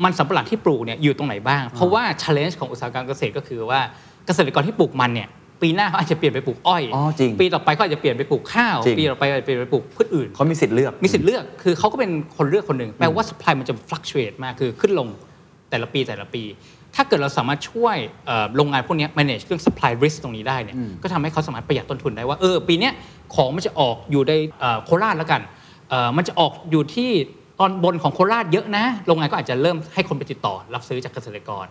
มันสำปะหลังที่ปลูกเนี่ยอยู่ตรงไหนบ้าง เพราะว่า challenge ของอุตสาหกรรมเกษตรก็คือว่าเกษตรกรที่ปลูกมันเนี่ยปีหน้าเขาอาจจะเปลี่ยนไปปลูกอ้อย
อ๋อจริง
ปีต่อไปเขาอาจจะเปลี่ยนไปปลูกข้าว
จริง
ปีต่อไปอาจจะเปลี่ยนไปปลูกพืชอื่น
เขามีสิทธิ์เลือก
มีสิทธิ์เลือก คือเขาก็เป็นคนเลือกคนหนึ่ง แปลว่า supply มันจะ fluctuate มาก คือขึ้นลงแต่ละปีแต่ละปี ถ้าเกิดเราสามารถช่วยเอ่อโรงงานพวกเนี้ย manage เรื่อง supply risk ตรงนี้ได้เนี่ย
อืม
ก็ทำให้เขาสามารถประหยัดต้นทุนได้ว่า เออ ปีเนี้ยของมันจะออกอยู่ในเอ่อโคราชแล้วกันเอ่อมันจะออกอยู่ที่ตอนบนของโคราชเยอะนะ โรงงานก็อาจจะเริ่มให้คนไปติดต่อ รับซื้อจากเกษตรกร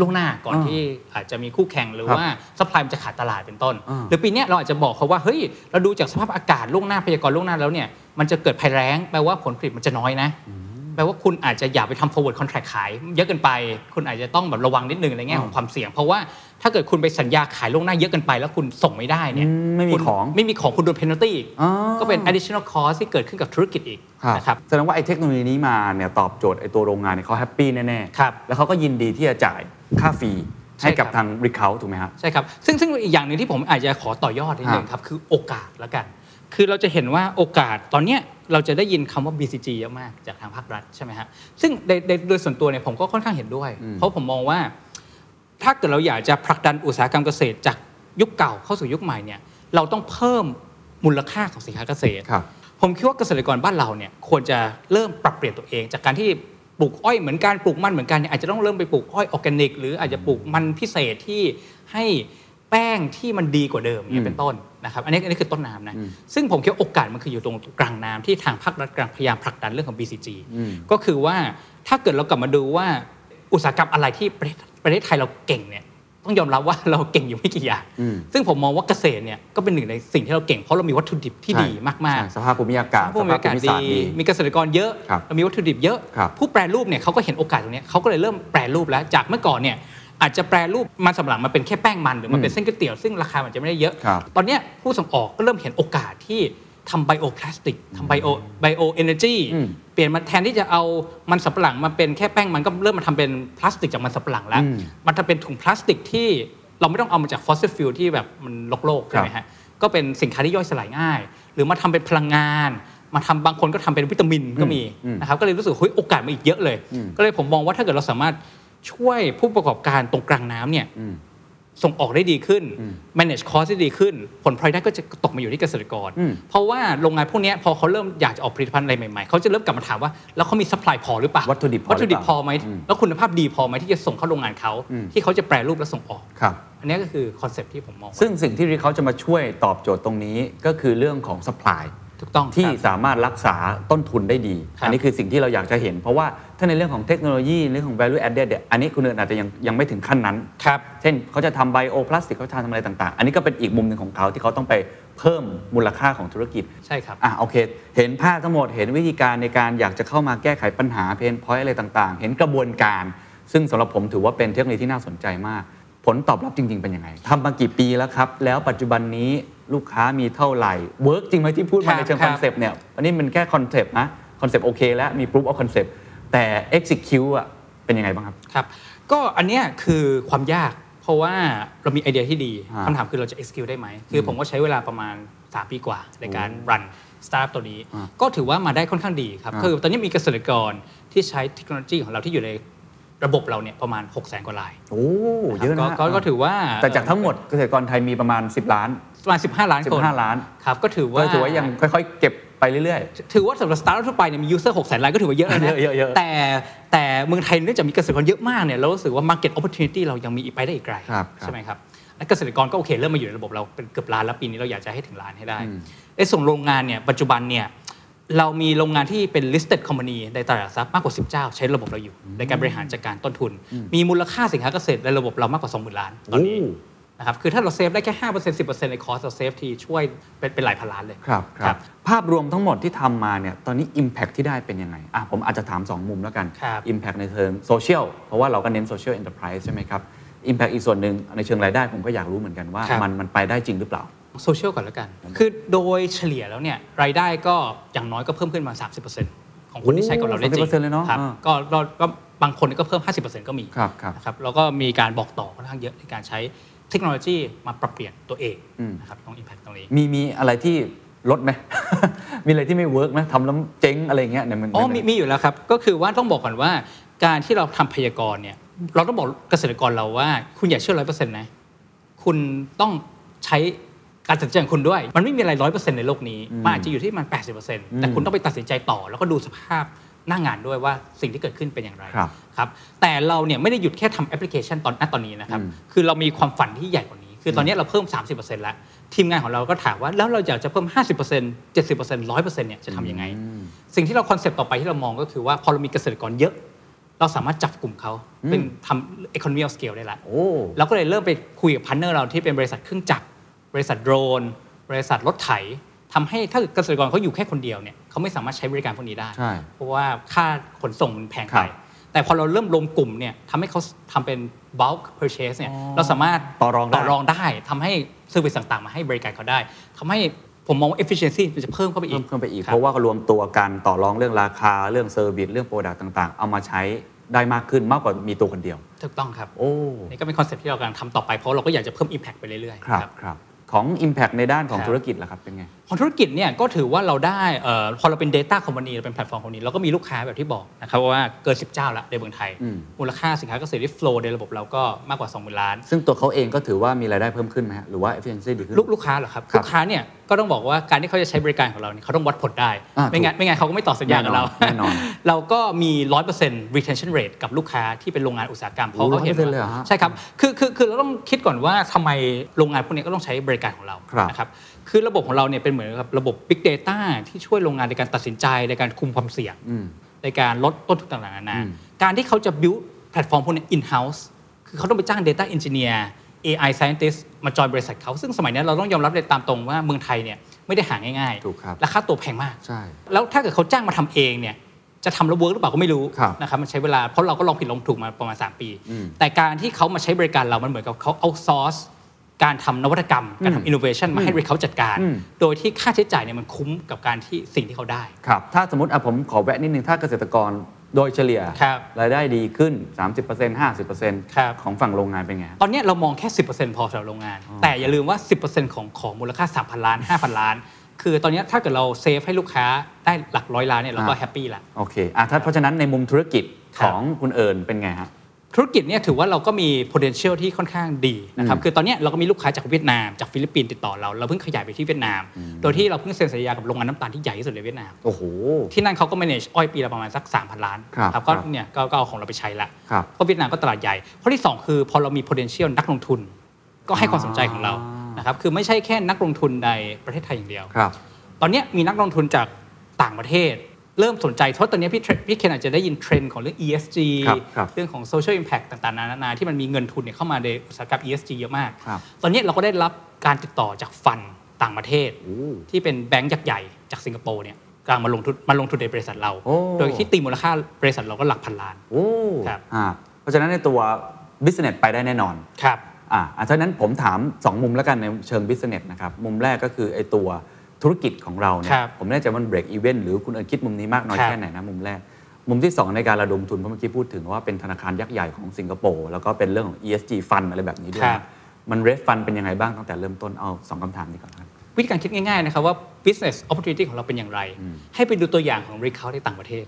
ล่วงหน้า ก่อน
อ่า
ที่อาจจะมีคู่แข่งหรือ
ครับ
ว่า supply มันจะขาดตลาดเป็นต้น
อ่า
หรือปีเนี้ยเราอาจจะบอกเขาว่าเฮ้ยเราดูจากสภาพอากาศล่วงหน้าพยากรณ์ล่วงหน้าแล้วเนี่ยมันจะเกิดภัยแล้งแปลว่าผลผลิตมันจะน้อยนะ แปลว่าคุณอาจจะอย่าไปทำ forward contract ขาย เยอะเกินไป คุณอาจจะต้องแบบระวังนิดนึงในแง่ของความเสี่ยง เพราะว่าถ้าเกิดคุณไปสัญญาขายล่วงหน้าเยอะเกินไปแล้วคุณส่งไม่ได้เนี่ย
อืมไม่มี
คุณ
ของ
ไม่มีของคุณโดน penalty อีก
อ๋อ
ก็เป็น additional cost ที่เกิดขึ้นกับธุรกิจอีกนะ
ค
ครั
รับบ แสดงว่าไอ้เทคโนโลยีนี้มาเนี่ยตอบโจทย์ไอ้ตัวโรงงานเนี่ยเขาแฮปปี้แน่
ครับ
แล้วเขาก็ยินดีที่จะจ่ายค่าฟรี
ใช่
ให้กับ
ครับ
ทางรีเคาถูกไหมฮะ
ใช่ครับ ซึ่งซึ่งอีกอย่างหนึ่งที่ผมอาจจะขอต่อยอดนิดนึง
อ่า
ครับ คือโอกาสละกัน คือเราจะเห็นว่าโอกาสตอนเนี้ยเราจะได้ยินคำว่า BCG เยอะมากจากทางภาครัฐใช่ไหมฮะซึ่งในในโดยส่วนตัวเนี่ยผมก็ค่อนข้างเห็นด้วย เพราะผมมองว่า ถ้าเกิดเราอยากจะผลักดันอุตสาหกรรมเกษตรจากยุคเก่าเข้าสู่ยุคใหม่เนี่ยเราต้องเพิ่มมูลค่าของสินค้าเกษตร
ครับ
ผมคิดว่าเกษตรกรบ้านเราเนี่ยควรจะเริ่มปรับเปลี่ยนตัวเอง จากการที่ปลูกอ้อยเหมือนกันปลูกมันเหมือนกันเนี่ยอาจจะต้องเริ่มไปปลูกอ้อยออร์แกนิก หรืออาจจะปลูกมันพิเศษที่ให้แป้งที่มันดีกว่าเดิมเนี่ยเป็นต้นนะครับอันนี้อันนี้คือต้นน้ำนะซึ่งผมคิดว่าโอกาสมันคืออยู่ตรงกลางน้ำที่ทางภาครัฐกลางพยายามผลักดันเรื่องของ BCG
อืม
ก็คือว่าถ้าเกิดเรากลับมาดูว่าอุตสาหกรรมอะไรที่ประเทศประเทศไทยเราเก่งเนี่ยต้องยอมรับว่าเราเก่งอยู่ไม่กี่อย่าง
อืม
ซึ่งผมมองว่าเกษตรเนี่ยก็เป็นหนึ่งในสิ่งที่เราเก่งเพราะเรามีวัตถุดิบที่ดี
ใช่
มาก
ใช่
ๆ
สภาพภูมิอากาศ
ผู้มีอากาศ
สภ
ดี
ภูมิศสตร์
มีเกษตรกรเยอะ
ครับ
เรามีวัตถุดิบเยอะ
ครับ
ผู้แปรรูปเนี่ยเขาก็เห็นโอกาสตรงเนี้ยเขาก็เลยเริ่มแปรรูปแล้วจากเมื่อก่อนเนี่ยอาจจะแปรรูปมันสำปะหลังมาเป็นแค่แป้งมันหรือมันเป็นเส้นก๋วยเตี๋ยวซึ่งราคามันจะไม่ได้เยอะ
ครับ
ตอนเนี้ยผู้ส่งออกก็เริ่มเห็นโอกาสที่ทำไบโอพลาสติกทำไบโอไบโอเอเนจี
อืม
เปลี่ยนมาแทนที่จะเอามันสำปะหลังมาเป็นแค่แป้งมันก็เริ่มมาทำเป็นพลาสติกจากมันสำปะหลังแล้ว
อืม
มันจะเป็นถุงพลาสติกที่เราไม่ต้องเอามาจากฟอสซิลฟิลที่แบบมันโลกโลกใช่ไหมฮะก็เป็นสินค้าที่ย่อยสลายง่าย หรือมาทำเป็นพลังงาน มาทำบางคนก็ทำเป็นวิตามินก็มี
อืม
นะครับก็เลยรู้สึกเฮ้ยโอกาสมาอีกเยอะเลย
อืม
ก็เลยผมมองว่าถ้าเกิดเราสามารถช่วยผู้ประกอบการตรงกลางน้ำเนี่ย
อืม
ส่งออกได้ดีขึ้น
อืม
manage cost ได้ดีขึ้น ผลพลอยได้ก็จะตกมาอยู่ที่เกษตรกร
อืม
เพราะว่าโรงงานพวกเนี้ยพอเขาเริ่มอยากจะออกผลิตภัณฑ์อะไรใหม่ๆ เขาจะเริ่มกลับมาถามว่า แล้วเขามี supply พอหรือเปล่า
วัตถุดิบพอ
วัตถุดิบพอไหม
อืม
แล้วคุณภาพดีพอไหมที่จะส่งเข้าโรงงานเขา
อืม
ที่เขาจะแปรรูปและส่งออก
ครับ
อันเนี้ยก็คือคอนเซ็ปที่ผมมองไว้
ซึ่งสิ่งที่เขาจะมาช่วยตอบโจทย์ตรงนี้ก็คือเรื่องของ supply
ถูกต้อง
ที่
ครับ
สามารถรักษาต้นทุนได้ดี
ครับ
อันี้คือสิ่งที่เราอยากจะเห็น เพราะว่าถ้าในเรื่องของเทคโนโลยีเรื่องของ value added เนี่ยอันนี้คุณเอิญอาจจะยังยังไม่ถึงขั้นนั้น
ครับ
เช่นเขาจะทำไบโอพลาสติกเขาจะทำอะไรต่างๆ อันนี้ก็เป็นอีกมุมหนึ่งของเขาที่เขาต้องไปเพิ่มมูลค่าของธุรกิจ
ใช่ครับ
อ่ะโอเค เห็นภาพทั้งหมด เห็นวิธีการในการอยากจะเข้ามาแก้ไขปัญหาเพนพอยอะไรต่างๆ เห็นกระบวนการ ซึ่งสำหรับผมถือว่าเป็นเทคโนโลยีที่น่าสนใจมาก ผลตอบรับจริง ๆ เป็นยังไงทำมากี่ปีแล้วครับ แล้วปัจจุบันนี้ลูกค้ามีเท่าไหร่ เวิร์กจริงไหมที่พูดมาในเชิง
ครับ
คอนเซปต์เนี่ยอันนี้มันแค่คอนเซปต์นะ คอนเซปต์โอเคแล้ว มี proof of concept แต่ execute อ่ะเป็นยังไงบ้างครับ
ครับ ก็อันเนี้ยคือความยากเพราะว่าเรามีไอเดียที่ดี
ฮะ
คำถามคือเราจะ execute ได้ไหม คือผมก็ใช้เวลาประมาณ 3 ปีกว่า ในการ run startup ตัวนี้
ฮะ
ก็ถือว่ามาได้ค่อนข้างดีครับ
ฮะ
คือตอนนี้มีเกษตรกรที่ใช้เทคโนโลยีของเราที่อยู่ในระบบเราเนี่ยประมาณ 6 0 0 0 0 0 กว่าราย
โอ้เยอะ
ก็
นะ
ก็ก็ถือว่า
แต่จากทั้งหมดเกษตรกรไทยมีประมาณ 10 ล้าน
ประมาณ 15 ล้านคน
15 ล้าน
ครับ ก็ถือ
ก็
ว่า
ถือว่ายังค่อย ๆ เก็บไปเรื่อย
ถือว่าสำหรับสตาร์ทอัพทั่วไปเนี่ยมียูเซอร์หกแสนรายก็ถือว่าเยอะแล้วนะ
เยอะเยอะเยอะ
แต่แต่เมืองไทยเนื่องจากมีเกษตรกรเยอะมากเนี่ยเรารู้สึกว่า Market Opportunity เรายังมีอีกไปได้อีกไกล
ครับครับ
ใช่ไหมครับ และเกษตรกรก็โอเคเริ่มมาอยู่ในระบบเราเป็นเกือบล้านแล้วปีนี้เราอยากจะให้ถึงล้านให้ได้
อืม
ในส่วนโรงงานเนี่ยปัจจุบันเนี่ยเรามีโรงงานที่เป็น listed company ในตลาดหลักทรัพย์มากกว่า 10 เจ้า ใช้ระบบเราอยู่ ในการบริหารจัดการต้นทุน มีมูลค่าสินค้าเกษตรในระบบเรามากกว่า 20,000 ล้าน
ๆ
ตอนนี้
โ
นะครับคือถ้าเราเซฟได้แค่5% 10%ในคอสเราเซฟทีช่วยเป็นเป็นหลายพันล้านเลย
ครับ
ค
ค
รั
รับบ ภาพรวมทั้งหมดที่ทำมาเนี่ยตอนนี้ Impact ที่ได้เป็นยังไงอ่ะผมอาจจะถาม 2 มุมแล้วกัน
ครับ
Impact ในเชิงโซเชียลเพราะว่าเราก็เน้นโซเชียล n อน e r p r i s e ใช่ไหมครับ Impact อีกส่วนหนึ่งในเชิงรายได้ผมก็อยากรู้เหมือนกันว่า
ครับ
มันมันไปได้จริงหรือเปล่า
โซเชียลก่อนแล้วกัน คือโดยเฉลี่ยแล้วเนี่ยรายได้ก็อย่างน้อยก็เพิ่มขึ้นมา 30%ของคนที่ใช้กับเราได้จริง
โอ้30%เลยเนอะ
ครับ
อ่า
ก็เราก็บางคนก็เพิ่ม 50%ก็มี
ครับครับ
นะครับแล้วก็มีการบอกต่อค่อนข้างเยอะในการใช้เทคโนโลยีมาปรับเปลี่ยนตัวเอง
อืม
นะครับตรง Impact ตรงนี้
มีมีอะไรที่ลดไหม มีอะไรที่ไม่เวิร์กไหมทำแล้วเจ๊งอะไรอย่างเงี้ยเนี่ยมัน
อ๋อ
มัน
มีมีอยู่แล้วครับ ก็คือว่าต้องบอกก่อนว่าการที่เราทำพยากรณ์เนี่ย เราต้องบอกเกษตรกรเราว่า คุณอย่าเชื่อร้อยเปอร์เซ็นต์นะ คุณต้องใช้การตัดสินใจของคุณด้วย มันไม่มีอะไรร้อยเปอร์เซ็นต์ในโลกนี้ มันอาจจะอยู่ที่มันแปดสิบเปอร์เซ็นต์แต่คุณต้องไปตัดสินใจต่อ แล้วก็ดูสภาพหน้างานด้วยว่าสิ่งที่เกิดขึ้นเป็นอย่างไร
ครับ
ครับแต่เราเนี่ยไม่ได้หยุดแค่ทำแอปพลิเคชันตอนณตอนนี้นะครับ
อืม
คือเรามีความฝันที่ใหญ่กว่านี้ คือตอนนี้เราเพิ่ม 30%แล้ว ทีมงานของเราก็ถามว่าแล้วเราอยากจะเพิ่ม 50% 70% 100%เนี่ยจะทำยังไง
อืม
สิ่งที่เราคอนเซปต์ต่อไปที่เรามองก็คือว่าพอเรามีเกษตรกรเยอะ เราสามารถจับกลุ่มเขา
อืม
เป็นทำ economy of scale ได้ละ
โอ้
เราก็เลยเริ่มไปคุยกับพันเนอร์เราที่เป็นบริษัทเครื่องจักร บริษัทโดรน บริษัทรถไถทำให้ถ้าเกษตรกรเขาอยู่แค่คนเดียวเนี่ยเขาไม่สามารถใช้บริการพวกนี้ได้
ใช่
เพราะว่าค่าขนส่งมันแพง
ครั
ไป
บ
แต่พอเราเริ่มรวมกลุ่มเนี่ยทำให้เขาทำเป็น bulk purchase เนี่ยเราสามารถ
ต่อรองได้
ต่อรองได้ทำให้ service ต่างๆ มาให้บริการเขาได้ทำให้ผมมองว่า efficiency มันจะเพิ่มเข้าไปอีก
เพิ่มขึ้นไปอีก
คบ
เพราะว่ารวมตัวกันต่อรองเรื่องราคาเรื่องเซอร์วิสเรื่องโปรดักต่างๆ เอามาใช้ได้มากขึ้นมากกว่ามีตัวคนเดียว
ถูกต้องครับ
โอ้
นี่ก็เป็นคอนเซ็ปต์ที่เรากำลังทำต่อไป เพราะเราก็อยากจะเพิ่ม Impact ไปเรื่อยๆ
ครับครับของ Impact ในด้านขอ
ค
ง
รับ
ธุรกิจล่ะครับเป็นไง
ของธุรกิจเนี่ยก็ถือว่าเราได้เอ่อพอเราเป็น Data Company เราเป็นแพลตฟอร์ม company เราก็มีลูกค้าแบบที่บอกนะครับว่าเกิน 10 เจ้าละในเมืองไทย
อืม
มูลค่าสินค้าเกษตรที่โฟล์ในระบบเราก็มากกว่า 20,000 ล้าน
ซึ่งตัวเขาเองก็ถือว่ามีรายได้เพิ่มขึ้นไหมฮะหรือว่า efficiency ดีขึ้น
ลูกลูกค้าเหรอครับ
ครับ
ลูกค้าเนี่ยก็ต้องบอกว่าการที่เขาจะใช้บริการของเราเนี่ยเขาต้องวัดผลได้
อ่า
ไม่งั้นไม่งั้นเขาก็ไม่ต่อสัญญากับเรา
แน่นอนแน่นอน
เราก็มี 100% retention rate กับลูกค้าที่เป็นโรงงานอุตสาหกรรมเพราะ
โอ้
เขาเห็น
100%เลยเหรอ
ว่า
ฮะ
ใช่ครับคือคือคือเราต้องคิดก่อนว่าทำไมโรงงานพวกนี้ก็ต้องใช้บริการของเรา
ครับ
นะครับคือระบบของเราเนี่ยเป็นเหมือนกับระบบ Big Data ที่ช่วยโรงงานในการตัดสินใจในการคุมความเสี่ยง ในการลดต้นทุนต่างๆนานา
อืม
การที่เขาจะ build แพลตฟอร์มพวกนี้ in house คือเขาต้องไปจ้าง data engineer AI scientist มาจอยบริษัทเขา ซึ่งสมัยนี้เราต้องยอมรับเลยตามตรงว่าเมืองไทยเนี่ยไม่ได้หาง่าย
ถูกครับ
และค่าตัวแพงมาก
ใช่
แล้วถ้าเกิดเขาจ้างมาทำเองเนี่ยจะทำแล้วเวิร์กหรือเปล่าก็ไม่รู้
ครับ
นะครับมันใช้เวลาเพราะเราก็ลองผิดลองถูกมาประมาณ 3 ปี
อืม
แต่การที่เขามาใช้บริการเรามันเหมือนกับเขาเอาซอร์สการทำนวัตกรรม การ
อืม
ทำอินโนเวชันมาให้เขาจัดการ
อืม
โดยที่ค่าใช้จ่ายเนี่ยมันคุ้มกับการที่สิ่งที่เขาได้
ครับ ถ้าสมมติอ่ะผมขอแวะนิดนึง ถ้าเกษตรกรโดยเฉลี่ย
ครับ
รายได้ดีขึ้น 30%
ครับ
50%ของฝั่งโรงงานเป็นไงฮะ
ตอนเนี้ยเรามองแค่ 10%พอสำหรับโรงงาน แต่อย่าลืมว่า 10%ของของมูลค่า 3,000 ล้าน 5,000 ล้าน คือตอนเนี้ยถ้าเกิดเราเซฟให้ลูกค้าได้หลักร้อยล้านเนี่ยเราก็
อ่า
แฮปปี้ละ
โอเคอ่ะถ้าเพราะฉะนั้นในมุมธุรกิจ
ค
ข
รับ
องคุณเอิญเป็นไงฮะ
ธุรกิจเนี่ยถือว่าเราก็มี potential ที่ค่อนข้างดีนะครับ คือตอนเนี้ยเราก็มีลูกค้าจากเวียดนาม จากฟิลิปปินส์ติดต่อเรา เราเพิ่งขยายไปที่เวียดนาม โดยที่เราเพิ่งเซ็นสัญญากับโรงงานน้ำตาลที่ใหญ่ที่สุดในเวียดนาม
โอ้โห
ที่นั่นเขาก็ manage อ้อยปีละประมาณสัก 3,000 ล้าน
ครับ
ก็
ครับ
เนี่ยก็ก็เอาของเราไปใช้ละ
ครับ
เพราะเวียดนามก็ตลาดใหญ่ข้อที่ 2 คือพอเรามี potential นักลงทุน ก็ให้ความสนใจของเรา
อ่าน
นะครับ คือไม่ใช่แค่นักลงทุนในประเทศไทยอย่างเดียว
ครับ
ตอนเนี้ยมีนักลงทุนจากต่างประเทศ เริ่มสนใจเพราะตอนเนี้ยพี่เทรพี่เคนอาจจะได้ยินเทรนด์ของเรื่อง ESG
ครับครับ
เรื่องของ Social Impact ต่างๆ นานาที่มันมีเงินทุนเนี่ยเข้ามาในอุตสาหกรรม ESG เยอะมาก
ครับ
ตอนเนี้ยเราก็ได้รับการติดต่อจากฟันต่างประเทศ
โอ้
ที่เป็นแบงก์ยักษ์ใหญ่จากสิงคโปร์เนี่ยกลางมาลงทุนมาลงทุนในบริษัทเรา
โอ้
โดยที่ตีมูลค่าบริษัทเราก็หลักพันล้าน
โอ้
ครับ
อ่าเพราะฉะนั้นในตัว business ไปได้แน่นอน
ครับ
อ่าอ่ะฉะนั้นผมถาม 2 มุมแล้วกันในเชิง business นะครับ มุมแรกก็คือไอตัวธุรกิจของเราเนี่
ค
ย
รับ
ผมไม่แน่ใจว่ามัน break even หรือคุณเอิญคิดมุมนี้มากน้อย
ครับ
แค่ไหนนะ มุมแรก มุมที่ 2 ในการระดมทุน เพราะเมื่อกี้พูดถึงว่าเป็นธนาคารยักษ์ใหญ่ของสิงคโปร์แล้วก็เป็นเรื่องของ ESG fund อะไรแบบนี้ด้วย
ครับ
นะมัน raise fund เป็นยังไงบ้างตั้งแต่เริ่มต้น เอา 2คำถามนี้ก่อนครับ
วิธีการคิดง่ายๆนะครับว่า business opportunity ของเราเป็นอย่างไร ให้ไปดูตัวอย่างของ recount ในต่างประเทศ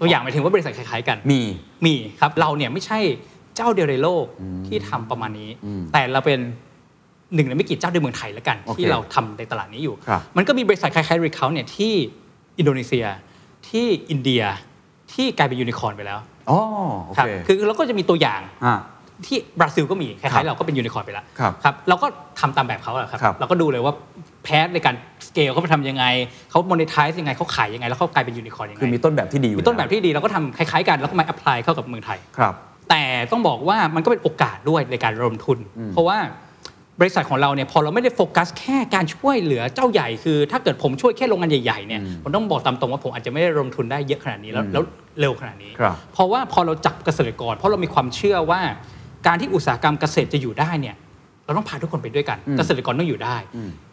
ตัวอย่างหมายถึงว่าบริษัทคล้ายๆกัน
มี
มีครับ เราเนี่ยไม่ใช่เจ้าเดียวในโลกที่ทำประมาณนี้
อืม
แต่เราเป็นหนึ่งในไม่กี่เจ้าในเมืองไทยแล้วกัน
โอเค
ที่เราทำในตลาดนี้อยู่
ครับ
มันก็มีบริษัทคล้ายๆ r e c o u n t เนี่ยที่อินโดนีเซีย ที่อินเดียที่กลายเป็นยูนิคอร์นไปแล้ว
อ๋อโอ
ครับ
เค
คือเราก็จะมีตัวอย่าง
อ่า
ที่บราซิลก็มีค
ครั
ล้ายๆ
บ
เราก็เป็นยูนิคอร์นไปแล้ว
ครับ
ครับเราก็ทำตามแบบเขาอะครับ
ครับ
เราก็ดูเลยว่าแพ้ในการสเกลเขาไปทำยังไงเขาโมเนทายยังไงเขาขายยังไงแล้วเขากลายเป็นยูนิคอร์นยังไง
คือมีต้นแบบที่ดีอยู่
มีต้นแบบ
ล้ว
ที่ดีเราก็ทำคล้ายๆกันแล้วก็มาแอพพลายเข้ากับเมืองไทย
ครับ
แต่ต้องบอกว่ามันก็เป็นโอกาสด้วยในการระดมทุน เพราะว่าบริษัทของเราเนี่ยพอเราไม่ได้โฟกัสแค่การช่วยเหลือเจ้าใหญ่คือ ถ้าเกิดผมช่วยแค่โรงงานใหญ่ๆเนี่ยผมต้องบอกตามตรงว่าผมอาจจะไม่ได้ระดมทุนได้เยอะขนาดนี้แล้วแล้วเร็วขนาดนี้
ครับ
เพราะว่าพอเราจับเกษตรกร เพราะเรามีความเชื่อว่า การที่อุตสาหกรรมเกษตรจะอยู่ได้เนี่ยเราต้องพาทุกคนไปด้วยกันเกษตรกรต้องอยู่ได้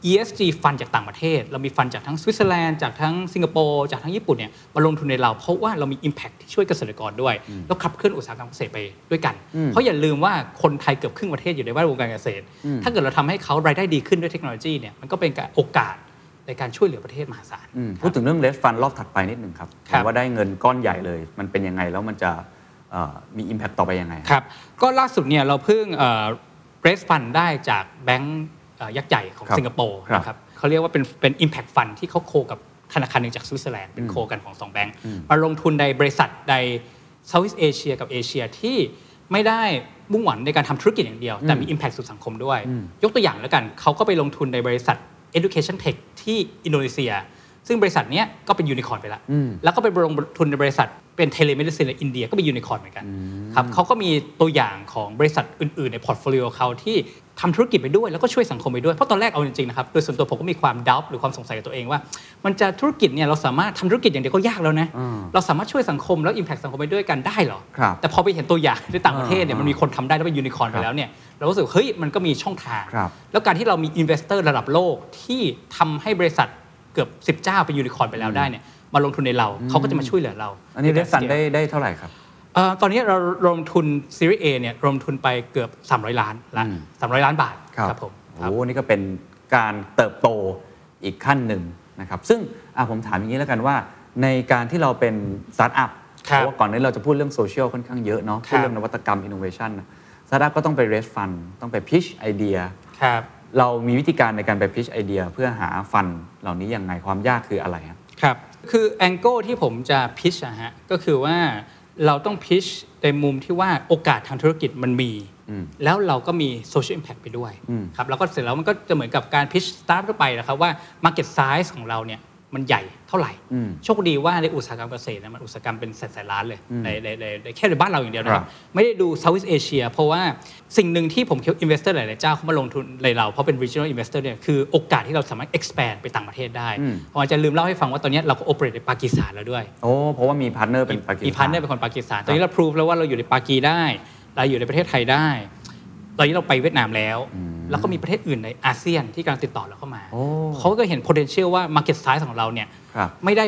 ESG ฟันจากต่างประเทศ เรามีฟันจากทั้งสวิตเซอร์แลนด์จากทั้งสิงคโปร์จากทั้งญี่ปุ่นเนี่ยมาลงทุนในเรา เพราะว่าเรามี Impact ที่ช่วยเกษตรกรด้วย แล้วขับเคลื่อนอุตสาหกรรมเกษตรไปด้วยกัน เพราะอย่าลืมว่าคนไทยเกือบครึ่งประเทศอยู่ในแวดวงการเกษตร ถ้าเกิดเราทำให้เขารายได้ดีขึ้นด้วยเทคโนโลยีเนี่ยมันก็เป็นการโอกาสในการช่วยเหลือประเทศมหาศาล
อืม
ค
พู
รั
ด
บ
ถึงเรื่องเลสฟันรอบถัดไปนิดหนึ่งครับ
ครับ
เห็นว่าได้เงินก้อนใหญ่เลย มันเป็นยังไงแล้วมันจะเอ่อมี Impact ต่อไปยังไงฮะ
ครับ ก็ล่าสุดเนี่ยเราเพิ่งเรสฟันได้จากแบงก์เอ่อยักษ์ใหญ่ของ
ครับ
สิงคโปร์
ครับ
นะครับเขาเรียกว่าเป็นเป็น impact fund ที่เขาโคกับธนาคารหนึ่งจากสวิตเซอร์แลนด์เป็นโคกันของสองแบงก์มาลงทุนในบริษัทในเซาท์อีสเอเชียกับเอเชียที่ไม่ได้มุ่งหวังในการทำธุรกิจอย่างเดียว แต่มี Impact สู่สังคมด้วย ยกตัวอย่างแล้วกันเขาก็ไปลงทุนในบริษัท Education Tech ที่อินโดนีเซีย ซึ่งบริษัทเนี้ยก็เป็นยูนิคอร์นไปแล้ว
อืม
แล้วก็ไปลงทุนในบริษัทเป็นเทเลเมดิซินในอินเดียก็เป็นยูนิคอร์นเหมือนกันครับเขาก็มีตัวอย่างของบริษัทอื่น ๆ ในพอร์ตโฟลิโอเขาที่ทำธุรกิจไปด้วยแล้วก็ช่วยสังคมไปด้วย เพราะตอนแรกเอาจริง ๆ นะครับ โดยส่วนตัวผมก็มีความดับหรือความสงสัยกับตัวเองว่า มันจะธุรกิจเนี่ยเราสามารถทำธุรกิจอย่างเดียวก็ยากแล้วนะ
อืม
เราสามารถช่วยสังคมแล้วอิมแพคสังคมไปด้วยกันได้เหรอ
ครับ
แต่พอไปเห็นตัวอย่างในต่างประเทศเนี่ย
อ่ามั
มันมีคนทำได้แล้วเป็นยูนิคอร์นไปแล้วเนี่ยเรารู้สึกเฮ้ยมันก็มีช่องทาง
ครับ
แล้วการที่เรามีอินเวสเตอร์ระดับโลกที่ทำให้บริษัทเกือบ 10 เจ้าเป็นยูนิคอร์นไปแล้วได้เนี่ยมาลงทุนในเราเขาก็จะมาช่วยเหลือเรา
อันนี้เล
ใการ
สฟัน
สีย
ได้ได้เท่าไหร่ครับ
เอ่อตอนนี้เราลงทุนซีรีส์ A เนี่ยลงทุนไปเกือบ 300 ล้านละ
อืม
300 ล้านบาทครับผมค
โอ้
รับ
โหนี่ก็เป็นการเติบโตอีกขั้นหนึ่งนะครับ ซึ่งอ่ะผมถามอย่างนี้แล้วกันว่า ในการที่เราเป็นสตาร์ทอัพ
ครั
เพ
บ
ราะว่าก่อนหนานี้เราจะพูดเรื่องโซเชียลค่อนข้างเยอะเนาะ
ครับ
พูดเรื่องนวัตกรรมอินโนเวชันสตาร์ทอัพก็ต้องไปเรสฟันต้องไปพิชไอเดีย
ครับ
เรามีวิธีการในการไปพิชไอเดีย เพื่อหาฟันเหล่านี้ยังไงความยากคืออะไรครับ
ครับ คือแองเกิลที่ผมจะพิชอะฮะ ก็คือว่าเราต้องพิชในมุมที่ว่าโอกาสทางธุรกิจมันมี
อืม
แล้วเราก็มีโซเชียล m p a c t ไปด้วย
อืม
ครับ แล้วก็เสร็จแล้วมันก็จะเหมือนกับการพิชสตาร์ททั่วไปนะครับ ว่า Market Size ของเราเนี่ยมันใหญ่เท่าไหร่
อืม
โชคดีว่าในอุตสาหกรรมเกษตรนะมันอุตสาหกรรมเป็นแสนแสนๆล้านเลย
อืม
ในในในในแค่ในบ้านเราอย่างเดียวนะค
ครั
รับ
บ
ไม่ได้ดูเซาท์อีสเอเชียเพราะว่าสิ่งหนึ่งที่ผมคิดว่า investor หลาย ๆ เจ้าเขามาลงทุนในเรา เพราะเป็น regional investor เนี่ยคือโอกาสที่เราสามารถ expand ไปต่างประเทศได้
อืม
ผมอาจจะลืมเล่าให้ฟังว่าตอนเนี้ยเราก็ operate ในปากีสถานแล้วด้วย
โอ้เพราะว่ามีพาร์ทเนอร์เป็นปากีสถาน
มีพาร์ทเนอร์เป็นคนปากีสถาน ตอนนี้เราพิสูจแล้วว่าเราอยู่ในปากีได้ เราอยู่ในประเทศไทยได้ ตอนนี้เราไปเวียดนามแล้ว แล้วก็มีประเทศอื่นในอาเซียนที่กำลังติดต่อเราเข้ามา
โอ้
เขาก็เห็น potential ว่า market size ของเราเนี่ย
ครับ
ไม่ได้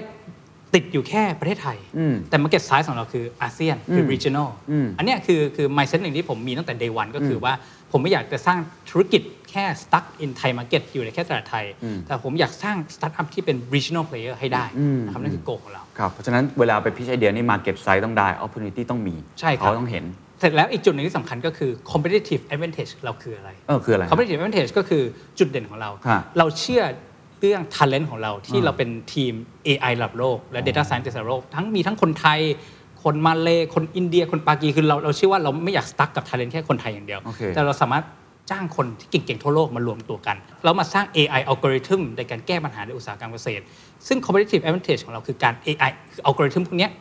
ติดอยู่แค่ประเทศไทย
อืม
แต่ market size ของเราคืออาเซียนคืออ regional
อืม
อันเนี้ยคือคือ mindset หนึ่งที่ผมมีตั้งแต่ day one ก็คือว่าผมไม่อยากจะสร้างธุรกิจแค่ stuck in Thai market อยู่ในแค่ตลาดไทย
อืม
แต่ผมอยากสร้าง startup ที่เป็น regional player ให้ได้
อืม
นะครับนั่นคือ goal ของเรา
ครับเพราะฉะนั้นเวลาไปพิชไอเดียนี่มาเก็ตไซ e ์ต้องได้ opportunity ต้องมี
ใช่ครับ
เขาต้องเห็น
เสร็จแล้วอีกจุดหนึ่งที่สำคัญก็คือ competitive advantage เราคืออะไร
เออคืออะไร
competitive advantage ก็คือจุดเด่นของเรา
ค่ะ
เราเชื่อเรื่อง talent ของเราที่
อ่า
เราเป็นทีม AI ระดับโลก และ data science ระดับโลก ทั้งมีทั้งคนไทย คนมาเลย์คนอินเดีย คนปากี คือเราเราเชื่อว่าเราไม่อยากสตั๊กกับ talent แค่คนไทยอย่างเดียว
โอเค
แต่เราสามารถจ้างคนที่เก่ง ๆ ทั่วโลกมารวมตัวกัน แล้วมาสร้าง AI algorithm ในการแก้ปัญหาในอุตสาหกรรมเกษตร ซึ่ง competitive advantage ของเราคือการ AI คือ algorithm พวกเนี้ย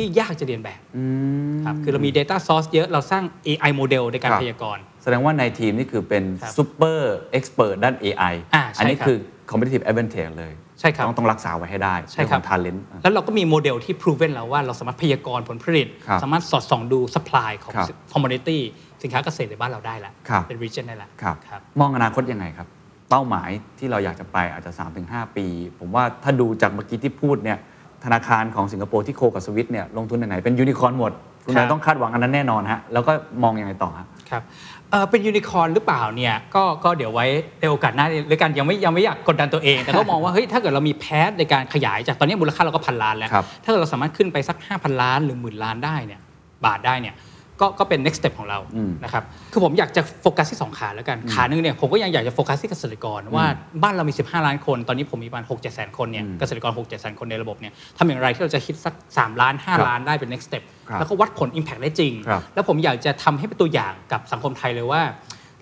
ที่ยากจะเรียนแบบ
อืม
ครับ คือเรามี Data Source เยอะ เราสร้าง AI โมเดลในการ
ครับ
พยากรณ์
แสดงว่าในทีมนี่คือเป็น
ครับ
ซูเปอร์เอ็กซ์เพรสด้าน AI
อ่าใช่
นนี้
ครับ
คือ competitive advantage เลย
ใช่ครับ
ต้องต้องรักษาไว้ให้ได้
ใช่ครับ
ทาเลนต์
แล้วเราก็มีโมเดลที่ proven แล้วว่าเราสามารถพยากรณ์ผลผลิต
ครับ
สามารถสอดส่องดู supply ของ
ครับ
commodity สินค้าเกษตรในบ้านเราได้ละ
ครับ
เป็น region ได้ละ
ครับ
ครับ
มองอนาคตยังไงครับ เป้าหมายที่เราอยากจะไปอาจจะ 3-5 ปี ผมว่าถ้าดูจากเมื่อกี้ที่พูดเนี่ยธนาคารของสิงคโปร์ที่โคกับสวิตเนี่ยลงทุนไหนๆเป็นยูนิคอร์นหมด คุณ
ครับ
นายต้องคาดหวังอันนั้นแน่นอนฮะแล้วก็มองยังไงต่อฮะ
ครับเอ่อเป็นยูนิคอร์นหรือเปล่าเนี่ยก็ก็เดี๋ยวไว้ในโอกาสหน้าด้วยกันยังไม่ยังไม่อยากกดดันตัวเอง แต่ก็มองว่า เฮ้ยถ้าเกิดเรามีแพทในการขยายจากตอนนี้มูลค่าเราก็พันล้านแล้ว
ครับ
ถ้าเกิดเราสามารถขึ้นไปสัก 5,000 ล้านหรือหมื่นล้านได้เนี่ยบาทได้เนี่ยก็ก็เป็น next step ของเรา
อืม
นะครับคือผมอยากจะโฟกัสที่ 2 ขาแล้วกัน ขาหนึ่งเนี่ยผมก็ยังอยากจะโฟกัสที่เกษตรกรว่าบ้านเรามี 15 ล้านคน ตอนนี้ผมมีประมาณ6 7แสนคนเนี่ย
อืม
เกษตรกร6 7แสนคนในระบบเนี่ยทำอย่างไรที่เราจะคิดสักสามล้านห้า
ครับ
ล้านได้เป็น next step
ครับ
แล้วก็วัดผล impact ได้จริง
ครับ
แล้วผมอยากจะทำให้เป็นตัวอย่างกับสังคมไทยเลยว่า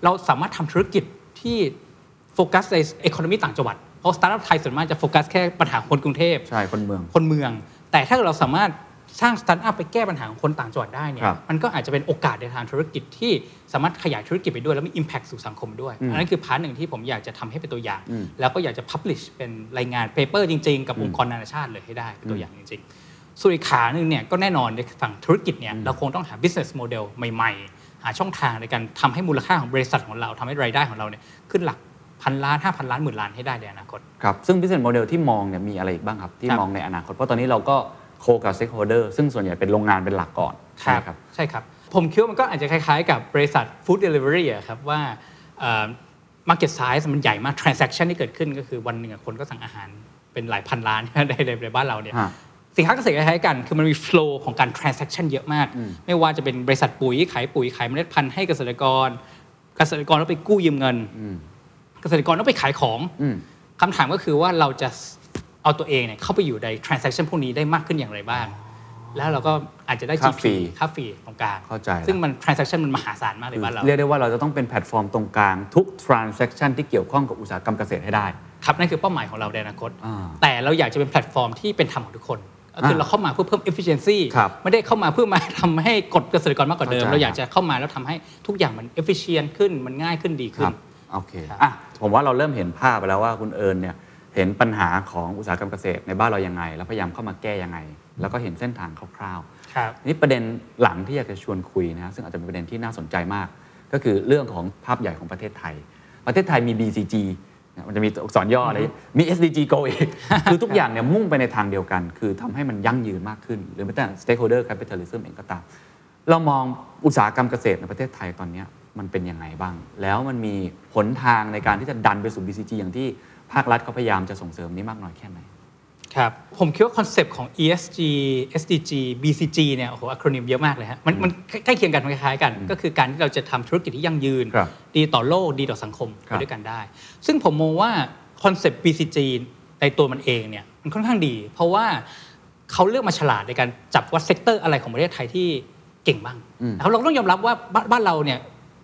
เราสามารถทำธุรกิจที่โฟกัสในเอ o n o m y ต่างจังหวัด เพราะสตาร์ทอัพไทยส่วนมากจะโฟกัสแค่ปัญหาคนกรุงเทพ
ใช่คนเมือง
คนเมือง แต่ถ้าเราสามารถสร้างสตาร์ทอัพไปแก้ปัญหาของคนต่างจังหวัดได้เนี่ย
ครับ
มันก็อาจจะเป็นโอกาสในทางธุรกิจที่สามารถขยายธุรกิจไปด้วย แล้วมี Impact สู่สังคมด้วย
อืม
อันนั้นคือพาร์ทหนึ่งที่ผมอยากจะทำให้เป็นตัวอย่าง
อืม
แล้วก็อยากจะ Publish เป็นรายงาน Paper จริง ๆ กับ
อืม
องค์กรนานาชาติเลยให้ได้เป็นตัวอย่างจริง ๆ ส่วนอีกขาหนึ่งเนี่ยก็แน่นอนในฝั่งธุรกิจเนี่ยเราคงต้องหา business model ใหม่ ๆ หาช่องทางในการทำให้มูลค่าของบริษัทของเราทำให้รายได้ของเราเนี่ยขึ้นหลักพันล้านห้าพันล้านหมื่นล้านให้ได้ในอนาคต
ครับซึ่ง business model ที่มองเนี่ยมีอะไรอีกบ้างครับ ที่
ครับ
มองในอนาคต เพราะตอนนี้เราก็โคกับ stakeholder ซึ่งส่วนใหญ่เป็นโรงงานเป็นหลักก่อนใช่ไหมครับ
ใช่ครับ ผมคิดว่ามันก็อาจจะคล้ายๆ กับบริษัท Food Delivery อะครับว่าเอ่อ market size มันใหญ่มาก transaction ที่เกิดขึ้นก็คือวันหนึ่งอะคนก็สั่งอาหารเป็นหลายพัน ล้าน ในในในบ้านเราเนี่ย
ฮะ
สินค้าเกษตรคล้ายๆกัน คือมันมี flow ของการ transaction เยอะมาก
อืม
ไม่ว่าจะเป็นบริษัทปุ๋ยขายปุ๋ยขายเมล็ดพันธุ์ให้เกษตรกร เกษตรกรต้องไปกู้ยืมเงิน
อืม
เกษตรกรต้องไปขายของ
อืม
คำถามก็คือว่าเราจะเอาตัวเองเนี่ยเข้าไปอยู่ใน transaction พวกนี้ได้มากขึ้นอย่างไรบ้าง แล้วเราก็อาจจะได้
ค่า
GP
ฟรี
ค่าฟรีตรงกลาง
เข้าใจละ
ซึ่งมัน transaction มันมหาศาลมากเลยบ้านเรา
เรียกได้ว่าเราจะต้องเป็นแพลตฟอร์มตรงกลางทุก transaction ที่เกี่ยวข้องกับอุตสาหกรรมเกษตรให้ได้
ครับนั่นคือเป้าหมายของเราในอนาคต
อ่า
แต่เราอยากจะเป็นแพลตฟอร์มที่เป็นธรรมของทุกคน ก็คืออาเราเข้ามาเพื่อเพิ่ม efficiency
ครับ
ไม่ได้เข้ามาเพื่อมา ทำให้กดเกษตรกรมากกว่าเดิม
เข้าใจ
เราอยากจะเข้ามาแล้วทำให้ทุกอย่างมัน efficient ขึ้นมันง่ายขึ้นดีขึ้น
โอเค
ครับ
อ่ะผมว่าเราเริ่มเห็นภาพไปแล้วว่าคุณเอิญเนี่ยเห็นปัญหาของอุตสาหกรรมเกษตรในบ้านเรายังไง แล้วพยายามเข้ามาแก้ยังไง แล้วก็เห็นเส้นทางคร่าว
ครับ
ๆนี่ประเด็นหลังที่อยากจะชวนคุยนะฮะซึ่งอาจจะเป็นประเด็นที่น่าสนใจมาก ก็คือเรื่องของภาพใหญ่ของประเทศไทย ประเทศไทยมี BCG นะมันจะมีตัวอักษรย่ออะไรมี SDG Go อีก คือทุกอย่างเนี่ยมุ่งไปในทางเดียวกัน คือทำให้มันยั่งยืนมากขึ้น หรือแม้แต่ stakeholder capitalism เองก็ตาม เรามองอุตสาหกรรมเกษตรในประเทศไทยตอนเนี้ยมันเป็นยังไงบ้าง แล้วมันมีผลทางในการที่จะดันไปสู่ BCG อย่างที่ภาครัฐเขาพยายามจะส่งเสริมนี้มากน้อยแค่ไหน
ครับผมคิดว่าคอนเซปต์ของ ESG SDG BCG เนี่ยโอ้โหอะครนิมเยอะมากเลยฮะมันมันใกล้เคียงกันมันคล้ายๆกัน ก็คือการที่เราจะทำธุรกิจที่ยั่งยืน
ครับ
ดีต่อโลกดีต่อสังคม
ค
ไป
รับ
ด้วยกันได้ ซึ่งผมมองว่าคอนเซปต์ BCG ในตัวมันเองเนี่ยมันค่อนข้างดี เพราะว่าเขาเลือกมาฉลาดในการจับว่าเซกเตอร์อะไรของประเทศไทยที่เก่งบ้าง
อืม
นะครับเราก็ต้องยอมรับว่าบ้านบ้านเราเนี่ย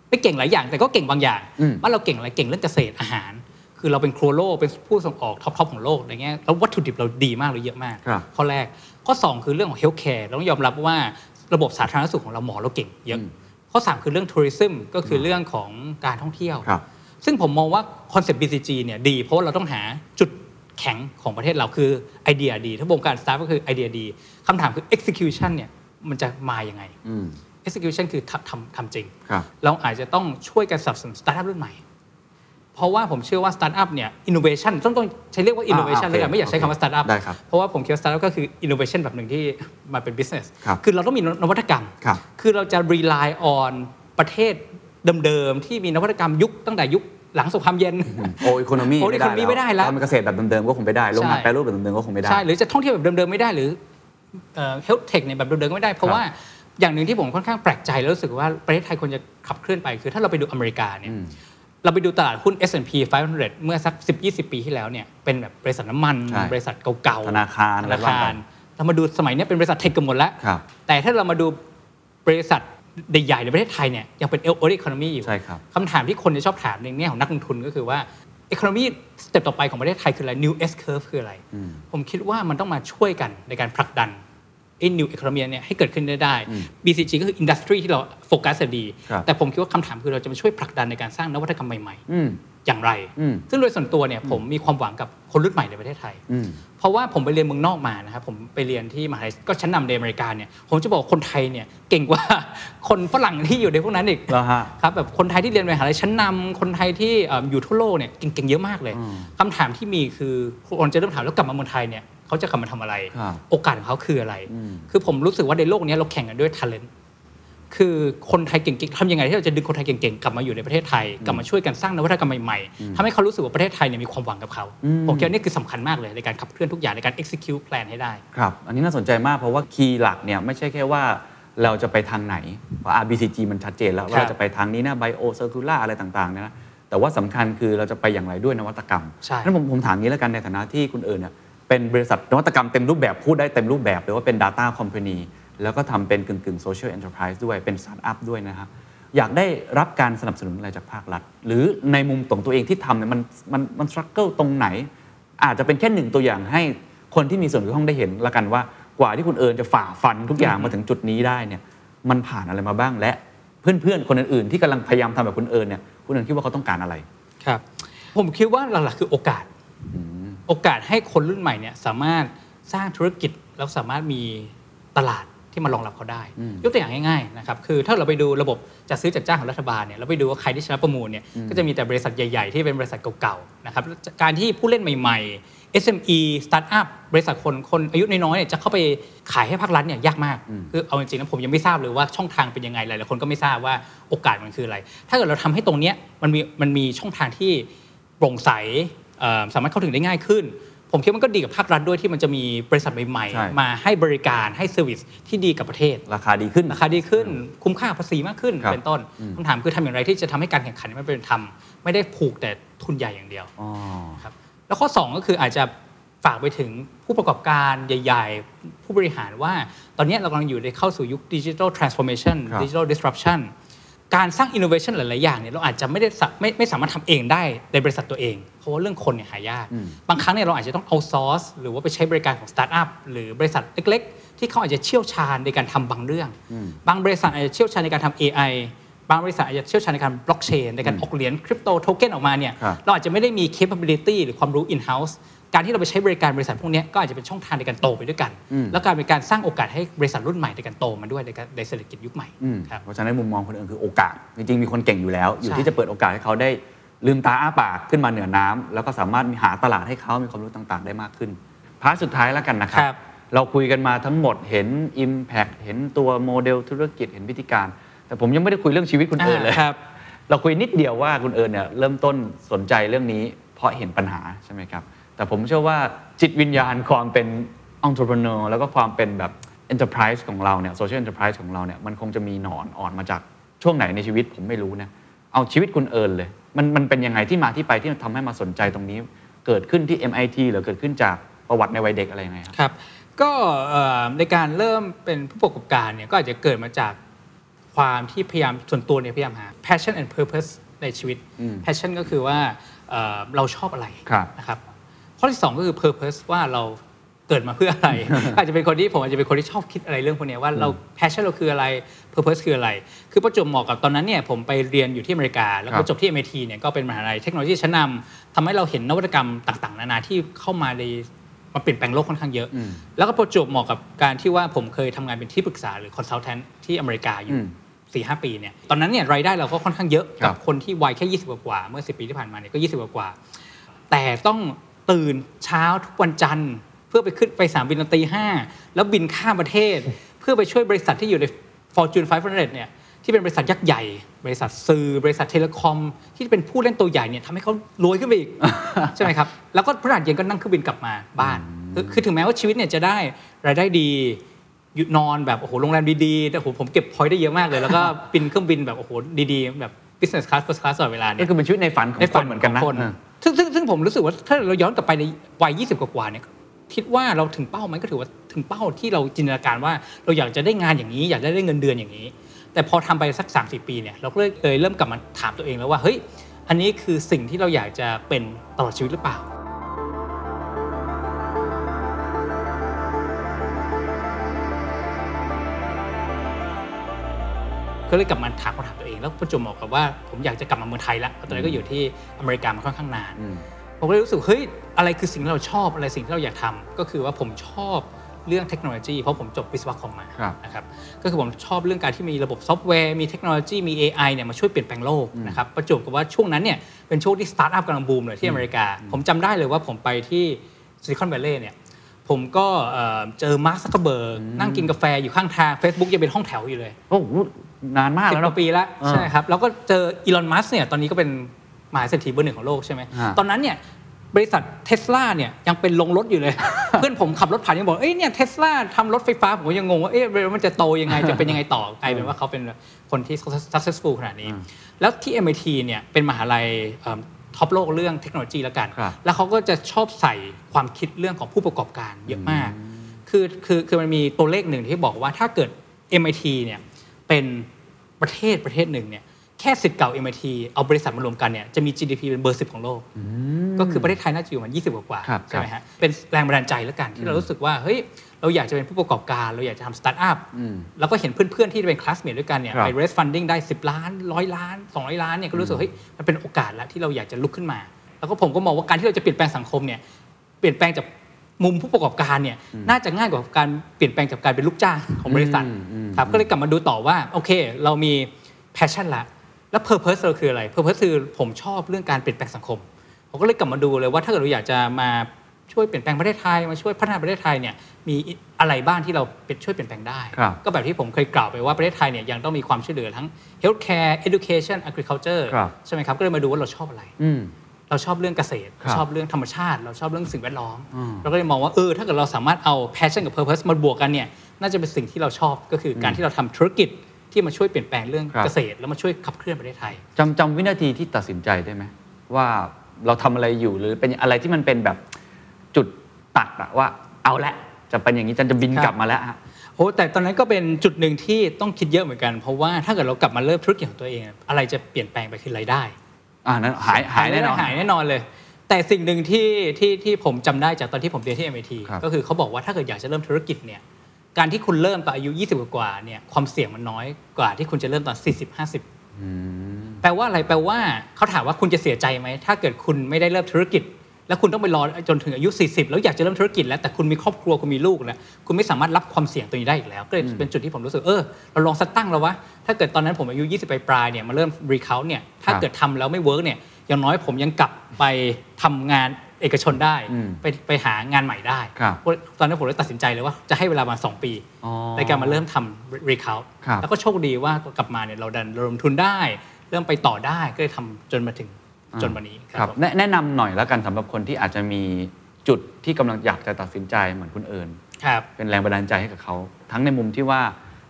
ไม่เก่งหลายอย่าง แต่ก็เก่งบางอย่าง
อืม
บ้านเราเก่งอะไรเก่งเรื่องเกษตรอาหาร คือเราเป็นครัวโลกเป็นผู้ส่งออกท็อปทอปของโลกอะไรเงี้ยแล้ววัตถุดิบเราดีมากเราเยอะมาก
ครับ
ข้อแรก ข้อ 2 คือเรื่องของเฮลท์แคร์เราต้องยอมรับว่าระบบสาธารณสุขของเราหมอเราเก่งเยอะ
อืม
ข้อ 3 คือเรื่องทัวริซึมก็คือเรื่องของการท่องเที่ยว
ครับ
ซึ่งผมมองว่าคอนเซปต์ BCG เนี่ยดี เพราะว่าเราต้องหาจุดแข็งของประเทศเราคือไอเดียดีถ้าวงการสตาร์ทก็คือไอเดียดีคำถามคือ execution เนี่ยมันจะมาอย่างไง
อืม
execution คือทำทำทำจริง
ครับ
เราอาจจะต้องช่วยกันสนับสนุนสตาร์ทอัพรุ่นใหม่ เพราะว่าผมเชื่อว่าสตาร์ทอัพเนี่ยอินโนเวชันต้องต้องใช้เรียกว่าอินโนเวชัน
อ่าโอเค
เลยกันไม่อยากใช้คำว่าสตาร์ทอัพ
ได้ครับ
เพราะว่าผมคิดว่าสตาร์ทอัพก็คืออินโนเวชันแบบหนึ่งที่มาเป็นบิสเนส
ครับ
คือเราต้องมีนวัตกรรม
ครับ
คือเราจะ rely on ประเทศเดิมๆ ที่มีนวัตกรรมยุคตั้งแต่ยุคหลังสงครามเย็น
โออีโคโนมี
Old economy ไม่ได้แล้ว
ทำเกษตรแบบเดิมๆก็คงไม่ได้โรงงาน
ใช่
แปรรูปแบบเดิมๆก็คงไม่ได้
ใช่ หรือจะท่องเที่ยวแบบเดิมๆ ไม่ได้หรือเฮลท์เทคเนี่ยแบบเดิมๆ ไม่ได้ เพ
ค
ราะ
รับ
ว่า อย่างหนึ่งที่ผมค่อนข้างแปลกใจแล้วรู้สึกว่าประเทศไทยควรจะขับเคลื่อนไปคือถ้าเราไปดูอเมริกาเนี่ย
อืม
เราไปดูตลาดหุ้น S&P 500 เมื่อสัก 10-20 ปีที่แล้วเนี่ยเป็นแบบบริษัทน้ำมัน
ใช่
บริษัทเก่าๆ
ธนาคาร
ธ
อะไร
นา
บ้าง
คา
ค
ร
รับ
เรามาดูสมัยเนี้ยเป็นบริษัทเทคกันหมดแล้ว
ครับ
แต่ถ้าเรามาดูบริษัทใหญ่ๆในประเทศไทยเนี่ยยังเป็นเอลโอเดคอนมีอยู่
ใช่ครับ
คำถามที่คนจะชอบถามในแง่ของนักลงทุนก็คือว่าเอคอนมีสเต็ปต่อไปของประเทศไทยคืออะไร new S curve คืออะไร
อืม
ผมคิดว่ามันต้องมาช่วยกันในการผลักดันไอ้ new economy เนี่ยให้เกิดขึ้นได้ได้
อืม
BCG ก็คือ industry ที่เราโฟกัสอะดี
ครับ
แต่ผมคิดว่าคำถามคือเราจะมาช่วยผลักดันในการสร้างนวัตกรรมใหม่ ๆ
อืม
อย่างไร
อืม
ซึ่งโดยส่วนตัวเนี่ยผมมีความหวังกับคนรุ่นใหม่ในประเทศไทย
อืม
เพราะว่าผมไปเรียนเมืองนอกมานะครับผมไปเรียนที่มหาลัยก็ชั้นนำในอเมริกาเนี่ยผมจะบอกว่าคนไทยเนี่ยเก่งกว่า คนฝรั่งที่อยู่ในพวกนั้นอีก
เหรอฮะ
ครับแบบคนไทยที่เรียนมหาลัยชั้นนำคนไทยที่เอ่ออยู่ทั่วโลกเนี่ยเก่งๆเยอะมากเลย
อืม
คำถามที่มีคือคนจะเริ่มถามแล้วกลับมาเมืองไทยเนี่ยเขาจะกลับมาทำอะไร
ครับ
โอกาสของเขาคืออะไร
อืม
คือผมรู้สึกว่าในโลกเนี้ยเราแข่งกันด้วย talent คือคนไทยเก่งๆทำยังไงที่เราจะดึงคนไทยเก่งๆ กลับมาอยู่ในประเทศไทย กลับมาช่วยกันสร้างนวัตกรรมใหม่ๆทำให้เขารู้สึกว่าประเทศไทยเนี่ยมีความหวังกับเขา
อืม
ผมคิดว่านี่คือสำคัญมากเลยในการขับเคลื่อนทุกอย่างในการ execute plan ให้ได้
ครับ อันนี้น่าสนใจมากเพราะว่าคีย์หลักเนี่ยไม่ใช่แค่ว่าเราจะไปทางไหน เพราะ RBCG มันชัดเจนแล้วว่า
ครับ
เราจะไปทางนี้นะไบโอเซอร์คูล่าอะไรต่างๆเนยนะ แต่ว่าสำคัญคือเราจะไปอย่างไรด้วยนวัตกรรม
ใช่
นั้นผมผมถามนี้แล้วกันในฐานะที่คุณเอิญเนี่ยเป็นบริษัทนวัตกรรมเต็มรูปแบบพูดได้เต็มรูปแบบเลยว่าเป็น Data Company แล้วก็ทำเป็นกึ่งกึ่งโซเชียลแอนเตอร์ไพรส์ด้วยเป็นสตาร์ทอัพด้วยนะฮะอยากได้รับการสนับสนุนอะไรจากภาครัฐ หรือในมุมของตัวเองที่ทำเนี่ยมันมันมันสครัลเกิลตรงไหน อาจจะเป็นแค่หนึ่งตัวอย่างให้คนที่มีส่วนเกี่ยวข้องได้เห็นละกันว่ากว่าที่คุณเอิญจะฝ่าฟันทุกอย่างมาถึงจุดนี้ได้เนี่ยมันผ่านอะไรมาบ้างและเพื่อนๆคนอื่นๆที่กำลังพยายามทำแบบคุณเอิญเนี่ยคุณเอิญคิดว่าเขาต้องการอะไร
ครับ ผมคิดว่าหลักๆคือโอกาส โอกาสให้คนรุ่นใหม่เนี่ยสามารถสร้างธุรกิจแล้วสามารถมีตลาดที่มารองรับเขาได้
อืม
ยกตัวอย่างง่ายๆนะครับคือถ้าเราไปดูระบบจัดซื้อจัดจ้างของรัฐบาลเนี่ยเราไปดูว่าใครที่ชนะประมูลเนี่ยก็จะมีแต่บริษัทใหญ่ ๆ ที่เป็นบริษัทเก่าๆนะครับการที่ผู้เล่นใหม่ ๆ SME Startup บริษัทคนคนอายุน้อยๆเนี่ยจะเข้าไปขายให้ภาครัฐเนี่ยยากมาก
อืม
คือเอาจริงๆนะผมยังไม่ทราบเลยว่าช่องทางเป็นยังไงหลายๆคนก็ไม่ทราบว่าโอกาสมันคืออะไร ถ้าเกิดเราทำให้ตรงเนี้ยมันมีมันมีช่องทางที่ โปร่งใสเอ่อสามารถเข้าถึงได้ง่ายขึ้น ผมคิดว่ามันก็ดีกับภาครัฐด้วยที่มันจะมีบริษัทใหม่
ใช่
ๆ มาให้บริการให้เซอร์วิสที่ดีกับประเทศ
ราคาดีขึ้น
ราคาดีขึ้น คุ้มค่าภาษีมากขึ้น
ครับ
เป็นต้น
อืม
คำถามคือทำอย่างไรที่จะทำให้การแข่งขันมันเป็นธรรมไม่ได้ผูกแต่ทุนใหญ่อย่างเดียว
อ๋อ
ครับแล้วข้อ 2 ก็คืออาจจะฝากไปถึงผู้ประกอบการใหญ่ ๆ ผู้บริหารว่า ตอนนี้เรากำลังอยู่ในเข้าสู่ยุคดิจิทัลทรานส์ฟอร์เมชัน
ครับ
ดิจิทัลดิสรัปชันการสร้างอินโนเวชันหลาย ๆ อย่างเนี่ยเราอาจจะไม่ได้สะไม่ไม่สามารถทำเองได้ในบริษัทตัวเอง เพราะว่าเรื่องคนเนี่ยหายาก
อืม
บางครั้งเนี่ยเราอาจจะต้องเอาซอร์สหรือว่าไปใช้บริการของสตาร์ทอัพหรือบริษัทเล็ก ๆ ที่เขาอาจจะเชี่ยวชาญในการทำบางเรื่อง
อืม
บางบริษัทอาจจะเชี่ยวชาญในการทำ AI บางบริษัทอาจจะเชี่ยวชาญในการบล็อกเชนในการออกเหรียญคริปโตโทเก้นออกมาเนี่ย
ครับ
เราอาจจะไม่ได้มี capability หรือความรู้ in house การที่เราไปใช้บริการบริษัทพวกเนี้ยก็อาจจะเป็นช่องทางในการโตไปด้วยกัน แล้วการเป็นการสร้างโอกาสให้บริษัทรุ่นใหม่ในการโตมาด้วยในการในเศรษฐกิจยุคใหม่
อืม
ครับ
เพราะฉะนั้นมุมมองคนอื่นคือโอกาส จริงๆ มีคนเก่งอยู่แล้ว อยู่
ใช่
ที่จะเปิดโอกาสให้เขาได้ลืมตาอ้าปากขึ้นมาเหนือน้ำแล้วก็สามารถหาตลาดให้เขามีความรู้ต่างๆ ได้มากขึ้นพาร์ทสุดท้ายแล้วกันนะครั
ครับ
เราคุยกันมาทั้งหมดเห็น Impact เห็นตัวโมเดลธุรกิจเห็นวิธีการ แต่ผมยังไม่ได้คุยเรื่องชีวิตคุณเอิญเลย
อ่าครับ
เราคุยนิดเดียวว่าคุณเอิญเนี่ยเริ่มต้นสนใจเรื่องนี้ เพราะเห็นปัญหาใช่ไหมครับ แต่ผมเชื่อว่าจิตวิญญาณความเป็น entrepreneur แล้วก็ความเป็นแบบ enterprise ของเราเนี่ย social enterprise ของเราเนี่ยมันคงจะมีหนอนอ่อนมาจากช่วงไหนในชีวิตผมไม่รู้นะ เอาชีวิตคุณเอิญเลย มันมันเป็นยังไงที่มาที่ไปที่ทำให้มาสนใจตรงนี้ เกิดขึ้นที่ MIT หรือเกิดขึ้นจากประวัติในวัยเด็กอะไรยังไงครับ
ครับก็เอ่อในการเริ่มเป็นผู้ประกอบการเนี่ยก็อาจจะเกิดมาจากความที่พยายามส่วนตัวเนี่ยพยายามหา passion and purpose ในชีวิต
อืม
passion ก็คือว่าเอ่อเราชอบอะไร
ครับ
นะครับข้อที่สองก็คือ purpose ว่าเราเกิดมาเพื่อ อะไร อาจจะเป็นคนที่ผมอาจจะเป็นคนที่ชอบคิดอะไรเรื่องพวกเนี้ยว่าเรา passion เราคืออะไร purpose คืออะไร คือประจวบเหมาะกับตอนนั้นเนี่ยผมไปเรียนอยู่ที่อเมริกา แล้ว
ครั
ก็
บ
จบที่ MIT เนี่ยก็เป็นมหาลัยเทคโนโลยีชั้นนำทำให้เราเห็นนวัตกรรมต่างๆ นานาที่เข้ามาในมาเปลี่ยนแปลงโลกค่อนข้างเยอะ
อืม
แล้วก็ประจวบเหมาะกับการที่ว่าผมเคยทำงานเป็นที่ปรึกษาหรือคอนซัลแทนที่อเมริกาอ
อื
ยู่
ม
สี่ห้าปีเนี่ยตอนนั้นเนี่ยรายได้เราก็ค่อนข้างเยอะ
ครั
กับ บคนที่วัยแค่ 20 กว่าๆเมื่อ 10 ปีที่ผ่านมาเนี่ยก็ 20 กว่าๆแต่ต้องตื่นเช้าทุกวันจันทร์ เพื่อไปขึ้นไปสนามบินตอนตีห้าแล้วบินข้ามประเทศ เพื่อไปช่วยบริษัทที่อยู่ใน Fortune 500เนี่ยที่เป็นบริษัทยักษ์ใหญ่ บริษัทสื่อบริษัทเทเลคอม ที่เป็นผู้เล่นตัวใหญ่เนี่ยทำให้เขารวยขึ้นไปอี ก ใช่ไหมครับ แล้วก็พฤหัสเย็นก็นั่งเครื่องบินกลับมาบ้าน คือคือถึงแม้ว่าชีวิตเนี่ยจะได้รายได้ดี หยุดนอนแบบโอ้โหโรงแรมดีๆแต่โอ้โหผมเก็บพอยต์ได้เยอะมากเลย แล้ว ก็บินเครื่องบินแบบโอ้โหดีๆแบบ business class first class ตลอดเวลาเนี่
ก็
ย
คือเป็นชีวิตในฝันของ
ใน
ค
ฝั
น
น
เห
เห
มื
มื
อ
อน น
กั
กัน น
นะ
นะ
เออ
ซึ่งซึ่งซึ่งผมรู้สึกว่าถ้าเราย้อนกลับไปในวัย 20 กว่าๆเนี่ยคิดว่าเราถึงเป้าไหมันก็ถือว่าถึงเป้าที่เราจินตนาการว่าเราอยากจะได้งานอย่างนี้ อยากจะได้เงินเดือนอย่างนี้ แต่พอทำไปสัก 3 4 ปีเนี่ยเราก็เลยเลยเริ่มกลับมาถามตัวเองแล้วว่าเฮ้ยอันนี้คือสิ่งที่เราอยากจะเป็นตลอดชีวิตหรือเปล่า ก็เลยกลับมาถามคำถามตัวเองแล้วประจวบเหมาะกับว่าผมอยากจะกลับมาเมืองไทยละเพราะตอนนั้นก็อยู่ที่อเมริกามาค่อนข้างนาน
อืม
ผมก็เลยรู้สึกเฮ้ยอะไรคือสิ่งที่เราชอบอะไรสิ่งที่เราอยากทำก็คือว่าผมชอบเรื่องเทคโนโลยีเพราะผมจบวิศวะคอมมา
ครับ
นะครับก็คือผมชอบเรื่องการที่มีระบบซอฟต์แวร์มีเทคโนโลยีมี AI เนี่ยมาช่วยเปลี่ยนแปลงโลกนะครับประจวบกับว่าช่วงนั้นเนี่ยเป็นช่วงที่สตาร์ทอัพกำลังบูมเลยที่อเมริกา ผมจำได้เลยว่าผมไปที่ซิลิคอนแวลลย์เนี่ยผมก็เอ่อเจอมาร์คซักเคอร์เบิร์กนั่งกินกาแฟอยู่ข้างทาง Facebook ยังเป็นห้องแถวอยู่เลย
โอ้โหนานมาก
สิ
แล้
บก
วเนาะ
ว่าปีแล้ว
อ่า
ใช่ครับแล้วก็เจออีลอนมัสเนี่ยตอนนี้ก็เป็นมหาเศรษฐีเบอร์หนึ่งของโลกใช่ไหม
อ่า
ตอนนั้นเนี่ยบริษัทเทสลาเนี่ยยังเป็นลงรถ อยู่เลย เพื่อนผมขับรถผ่านยังบอกเอ้ยเนี่ยเทสลาทำรถไฟฟ้า ผมก็ยังงงว่าเอ๊ะมันจะโตยังไง จะเป็นยังไงต่อกลายเป็นว่าเขาเป็นคนที่ successful ขนาดนี้ แล้วที่ MIT เนี่ยเป็นมหาลัยท็อปโลกเรื่องเทคโนโลยีแล้วกัน
ครับ
แล้วเขาก็จะชอบใส่ความคิดเรื่องของผู้ประกอบการเยอะมาก คือคือคือมันมีตัวเลขหนึ่งที่บอกว่าถ้าเกิด MIT เนี่ยเป็นประเทศประเทศหนึ่งเนี่ยแค่สิทธิ์เก่า MIT เอาบริษัทมารวมกันเนี่ยจะมี GDP เป็นเบอร์สิบของโลก ก็คือประเทศไทยน่าจะอยู่ประมัน 20 กว่ากว่า
ครับ
ใช่ไหมฮะเป็นแรงบันดาลใจแล้วกันที่เรารู้สึกว่าเฮ้ยเราอยากจะเป็นผู้ประกอบการ เราอยากจะทำสตาร์ทอัพ
อืม
แล้วก็เห็นเพื่อนๆ ที่เป็นคลาสเมทด้วยกันเนี่ย
ครับ
ไป raise funding ได้ 10 ล้าน 100 ล้าน 200 ล้านเนี่ยก็รู้สึกเฮ้ยมันเป็นโอกาสละที่เราอยากจะลุกขึ้นมา แล้วก็ผมก็มองว่าการที่เราจะเปลี่ยนแปลงสังคมเนี่ยเปลี่ยนแปลงจากมุมผู้ประกอบการเนี่ยน่าจะง่ายกว่าการเปลี่ยนแปลงจากการเป็นลูกจ้างของบริษัท
อืมอืม
ครับก็เลยกลับมาดูต่อว่า โอเค เรามี passion ละ แล้ว purpose เราคืออะไร purpose คือผมชอบเรื่องการเปลี่ยนแปลงสังคม ผมก็เลยกลับมาดูเลยว่าถ้าเกิดเราอยากจะมาช่วยเปลี่ยนแปลงประเทศไทยมาช่วยพัฒนาประเทศไทยเนี่ยมีอะไรบ้างที่เราเป็นช่วยเปลี่ยนแปลงได้
ครับ
ก็แบบที่ผมเคยกล่าวไปว่าประเทศไทยเนี่ยยังต้องมีความช่วยเหลือทั้ง healthcare education agriculture
ครับ
ใช่ไหมครับก็เลยมาดูว่าเราชอบอะไร
อืม
เราชอบเรื่องเกษตร
ครับ
ชอบเรื่องธรรมชาติ เราชอบเรื่องสิ่งแวดล้อม
อืม
เราก็เลยมองว่าเออถ้าเกิดเราสามารถเอา passion กับ purpose มาบวกกันเนี่ยน่าจะเป็นสิ่งที่เราชอบก็คือการที่เราทำธุรกิจที่มาช่วยเปลี่ยนแปลงเรื่อง
ครับ
เกษตร แล้วมาช่วยขับเคลื่อนประเทศไทย
จำจำวินาทีที่ตัดสินใจได้ไหมว่าเราทำอะไรอยู่หรือเป็นอะไรที่มันเป็นแบบจุดตัดอะว่าเอาละจะเป็นอย่างนี้จะจะบิน
ครับ
กลับมาแล้วฮะ
โอ้แต่ตอนนั้นก็เป็นจุดหนึ่งที่ต้องคิดเยอะเหมือนกัน เพราะว่าถ้าเกิดเรากลับมาเริ่มธุรกิจของตัวเองอะอะไรจะเปลี่ยนแปลงไปคือรายได้
อ่านั้นหายหายแน่นอน
หายแน่นอนเลย แต่สิ่งหนึ่งที่ที่ที่ผมจำได้จากตอนที่ผมเรียนที่ MIT
ครับ
ก็คือเขาบอกว่าถ้าเกิดอยากจะเริ่มธุรกิจเนี่ยการที่คุณเริ่มตอนอายุ 20 กว่าๆเนี่ยความเสี่ยงมันน้อยกว่าที่คุณจะเริ่มตอน 40 50 แปลว่าอะไรแปลว่าเขาถามว่าคุณจะเสียใจไหม ถ้าเกิดคุณไม่ได้เริ่มธุรกิจ แล้วคุณต้องไปรอจนถึงอายุ 40 แล้วอยากจะเริ่มธุรกิจแล้วแต่คุณมีครอบครัวคุณมีลูกแล้วคุณไม่สามารถรับความเสี่ยงตัวนี้ได้อีกแล้ว ก็เลยเป็นจุดที่ผมรู้สึกเออเราลองสตั้งแล้ววะถ้าเกิดตอนนั้นผมอายุ 20 ปลายๆเนี่ยมาเริ่มรีเคาเนี่ยถ้า
ครับ
เกิด ทำแล้วไม่เวิร์กเนี่ยอย่างน้อยผมยังกลับไปทำงานเอกชนได้
อืม
ไปไปหางานใหม่ได้
ครับ
เพราะตอนนั้นผมเลยตัดสินใจเลยว่าจะให้เวลามา 2 ปี
อ๋อ
ในการมาเริ่มทำรีคาล
ครับ
แล้วก็โชคดีว่ากลับมาเนี่ยเราดันเริ่มทุนได้ เริ่มไปต่อได้ก็เลยทำจนมาถึง
อ่า
จนวันนี้
ครับ
ผม
แนะแนะนำหน่อยแล้วกันสำหรับคนที่อาจจะมีจุดที่กำลังอยากจะตัดสินใจเหมือนคุณเอิญ
ครับ
เป็นแรงบันดาลใจให้กับเขา ทั้งในมุมที่ว่า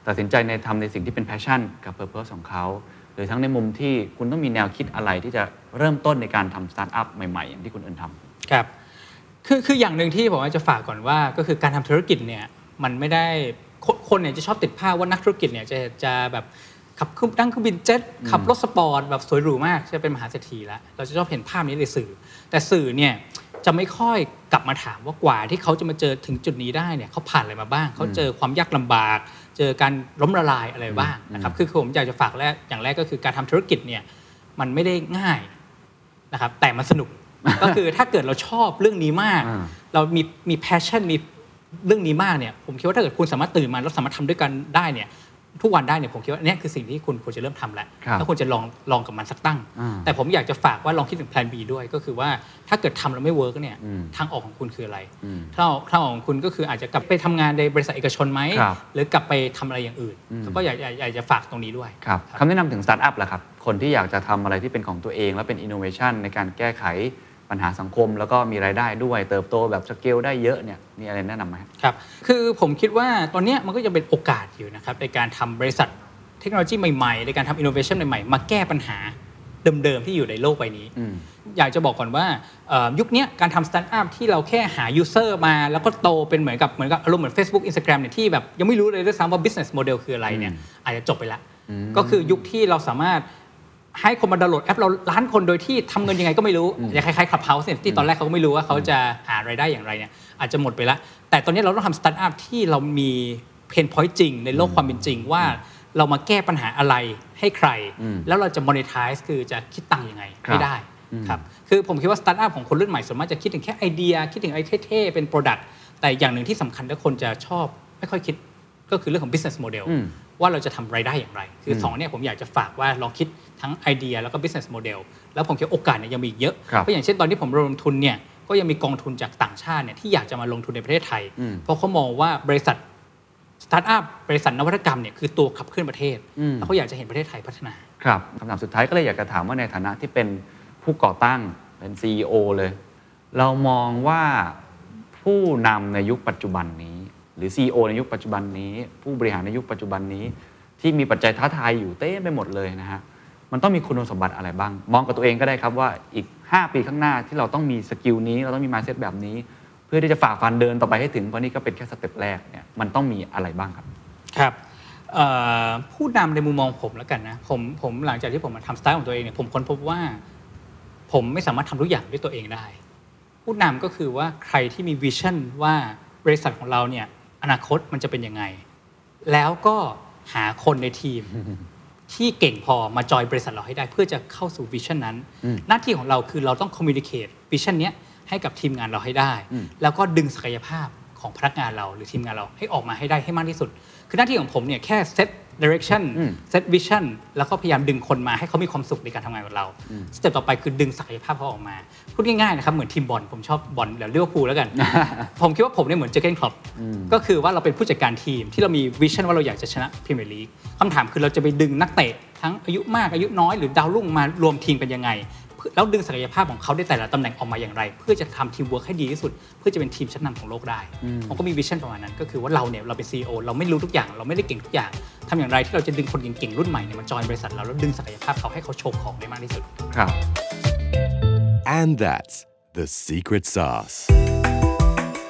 ตัดสินใจในทำในสิ่งที่เป็นแพชชั่นกับเพอร์เพสของเขาหรือทั้งในมุมที่คุณต้องมีแนวคิดอะไรที่จะเริ่มต้นในการทำสตาร์ทอัพใหม่ๆอย่างที่คุณเอิญทำ
ครับ คือ คือ อย่างหนึ่งที่ผมอาจจะฝากก่อนว่า ก็คือการทำธุรกิจเนี่ย มันไม่ได้ คนคนเนี่ยจะชอบติดภาพว่านักธุรกิจเนี่ยจะ จะแบบขับเครื่องนั่งเครื่องบินเจ็ต ขับรถสปอร์ตแบบสวยหรูมากจะเป็นมหาเศรษฐีแล้ว เราจะชอบเห็นภาพนี้ในสื่อ แต่สื่อเนี่ยจะไม่ค่อยกลับมาถามว่ากว่าที่เขาจะมาเจอถึงจุดนี้ได้เนี่ยเขาผ่านอะไรมาบ้าง เขาเจอความยากลำบาก เจอการล้มละลายอะไรบ้างนะครับ คือคือผมอยากจะฝากแรก อย่างแรกก็คือการทำธุรกิจเนี่ยมันไม่ได้ง่าย นะครับแต่มันส นุก ก็คือถ้าเกิดเราชอบเรื่องนี้มาก
อ่า
เรามีมีแพชชั่นมีเรื่องนี้มากเนี่ยผมคิดว่าถ้าเกิดคุณสามารถตื่นมาแล้วสามารถทำด้วยกันได้เนี่ยทุกวันได้เนี่ยผมคิดว่าอันเนี่ยคือสิ่งที่คุณควรจะเริ่มทำแล้ว
ครับ
แล้วควรจะลองลองกับมันสักตั้ง
อ่า
แต่ผมอยากจะฝากว่าลองคิดถึงแพลน B ด้วยก็คือว่าถ้าเกิดทำแล้วไม่เวิร์กเนี่ย
อืม
ทางออกของคุณคืออะไร
อืม
ถ้าทางออกของคุณก็คืออาจจะกลับไปทำงานในบริษัทเอกชนไหม
ครับ
หรือกลับไปทำอะไรอย่างอื่น
อืม
ก็อยากอยากอยากจะฝากตรงนี้ด้วย
ครับคำแนะนำถึงสตาร์ทอัพล่ะครับ คนที่อยากจะทำอะไรที่เป็นของตัวเอง และเป็นอินโนเวชันในการแก้ไข ปัญหาสังคม แล้วก็มีรายได้ด้วย เติบโตแบบสเกลได้เยอะเนี่ยมีอะไรแนะนำไหมครับ
ครับ คือผมคิดว่าตอนเนี้ยมันก็จะเป็นโอกาสอยู่นะครับในการทำบริษัทเทคโนโลยีใหม่ๆ ในการทำอินโนเวชันใหม่ๆ มาแก้ปัญหาเดิมๆ ที่อยู่ในโลกใบนี้
อืม
อยากจะบอกก่อนว่าเอ่อยุคเนี้ยการทำสตาร์ทอัพที่เราแค่หายูเซอร์มา แล้วก็โตเป็นเหมือนกับเหมือนกับอารมณ์เหมือน Facebook Instagram เนี่ยที่แบบยังไม่รู้เลยด้วยซ้ำว่า business model คืออะไรเนี่ย
อืม
อาจจะจบไปละก็คือยุคที่เราสามารถให้คนมาดาวน์โหลดแอปเราล้านคนโดยที่ทำเงินยังไงก็ไม่รู้อย่างคล้ายๆ Clubhouse เนี่ยที่ตอนแรกเขาก็ไม่รู้ว่าเขาจะหารายได้อย่างไรเนี่ยอาจจะหมดไปละแต่ตอนนี้เราต้องทำสตาร์ทอัพที่เรามีเพนพอยต์จริง ในโลกความเป็นจริงว่า เรามาแก้ปัญหาอะไรให้ใคร
อืม
แล้วเราจะ monetize คือจะคิดตังค์ยังไง
ครับ
ให้ได้ ได้ครับ คือผมคิดว่าสตาร์ทอัพของคนรุ่นใหม่ส่วนมากจะคิดถึงแค่ไอเดีย คิดถึงไอเท่ๆ เป็นโปรดักต์แต่อย่างหนึ่งที่สำคัญที่คนจะชอบ ไม่ค่อยคิดก็คือเรื่องของ business model
อืม
ว่าเราจะทำรายได้อย่างไร คืออ
ม
สองเนี่ยผมอยากจะฝากว่าลองคิดทั้งไอเดียแล้วก็ business model แล้วผมคิดว่าโอกาสเนี่ยยังมีอีกเยอะ
ครับ
เพราะอย่างเช่นตอนที่ผมระดมทุนเนี่ยก็ยังมีกองทุนจากต่างชาติเนี่ยที่อยากจะมาลงทุนในประเทศไทย
อืม
เพราะเขามองว่าบริษัทสตาร์ทอัพบริษัทนวัตกรรมเนี่ยคือตัวขับเคลื่อนประเทศแล้วเขาอยากจะเห็นประเทศไทยพัฒนา
ครับคำถามสุดท้ายก็เลยอยากจะถามว่าในฐานะที่เป็นผู้ก่อตั้งเป็น CEO เลย เรามองว่าผู้นำในยุคปัจจุบันนี้ หรือ CEO ในยุคปัจจุบันนี้ ผู้บริหารในยุคปัจจุบันนี้ ที่มีปัจจัยท้าทายอยู่เต้มไปหมดเลยนะฮะมันต้องมีคุณสมบัติอะไรบ้าง มองกับตัวเองก็ได้ครับว่าอีก 5 ปีข้างหน้าที่เราต้องมีสกิลนี้เราต้องมีมาเซตแบบนี้ เพื่อที่จะฝ่าฟันเดินต่อไปให้ถึงเพราะนี่ก็เป็นแค่สเต็ปแรกเนี่ยมันต้องมีอะไรบ้างครับ
ครับเอ่อผู้นำในมุมมองผมแล้วกันนะผมผมหลังจากที่ผมมาทำสไตล์ของตัวเองเนี่ยผมค้นพบว่า ผมไม่สามารถทำทุกอย่างด้วยตัวเองได้ ผู้นำก็คือว่าใครที่มีวิชั่นว่าบริษัทของเราเนี่ยอนาคตมันจะเป็นยังไง แล้วก็หาคนในทีม ที่เก่งพอมาจอยบริษัทเราให้ได้เพื่อจะเข้าสู่วิชั่นนั้น หน้าที่ของเราคือเราต้องคอมมิ n นิเค e วิชั่นเนี้ยให้กับทีมงานเราให้ได้
อืม
แล้วก็ดึงศักยภาพของพนักงานเราหรือทีมงานเราให้ออกมาให้ได้ให้มากที่สุด คือหน้าที่ของผมเนี่ยแค่เซตดิเรกชัน
อืม
เซตวิชั่นแล้วก็พยายามดึงคนมาให้เขามีความสุขในการทำงานกับเรา สเต็ปต่อไปคือดึงศักยภาพเขาออกมา พูดง่ายๆนะครับเหมือนทีมบอลผมชอบบอลเดี๋ยวเรียกว่าพูลแล้วกัน ผมคิดว่าผมเนี่ยเหมือนเจอร์เกนคลอปก็คือว่าเราเป็นผู้จัดการทีมที่เรามีวิชั่นว่าเราอยากจะชนะพรีเมียร์ลีกคำถามคือเราจะไปดึงนักเตะทั้งอายุมากอายุน้อยหรือดาวรุ่งมารวมทีมกันยังไงเพื่อแล้วดึงศักยภาพของเขาได้แต่ละตำแหน่งออกมาอย่างไร เพื่อจะทำทีมเวิร์คให้ดีที่สุด เพื่อจะเป็นทีมชั้นนำของโลกได้ ผมก็มีวิชั่นประมาณนั้น ก็คือว่าเราเนี่ยเราเป็น CEO เราไม่รู้ทุกอย่าง เราไม่ได้เก่งทุกอย่างทำอย่างไรที่เราจะดึงคนเก่งๆรุ่นใหม่เนี่ยมาจอยบริษัทเราแล้วดึงศักยภาพเขาให้เขาโชว์ของได้มากที่สุด
ครับ
And that's the secret sauce.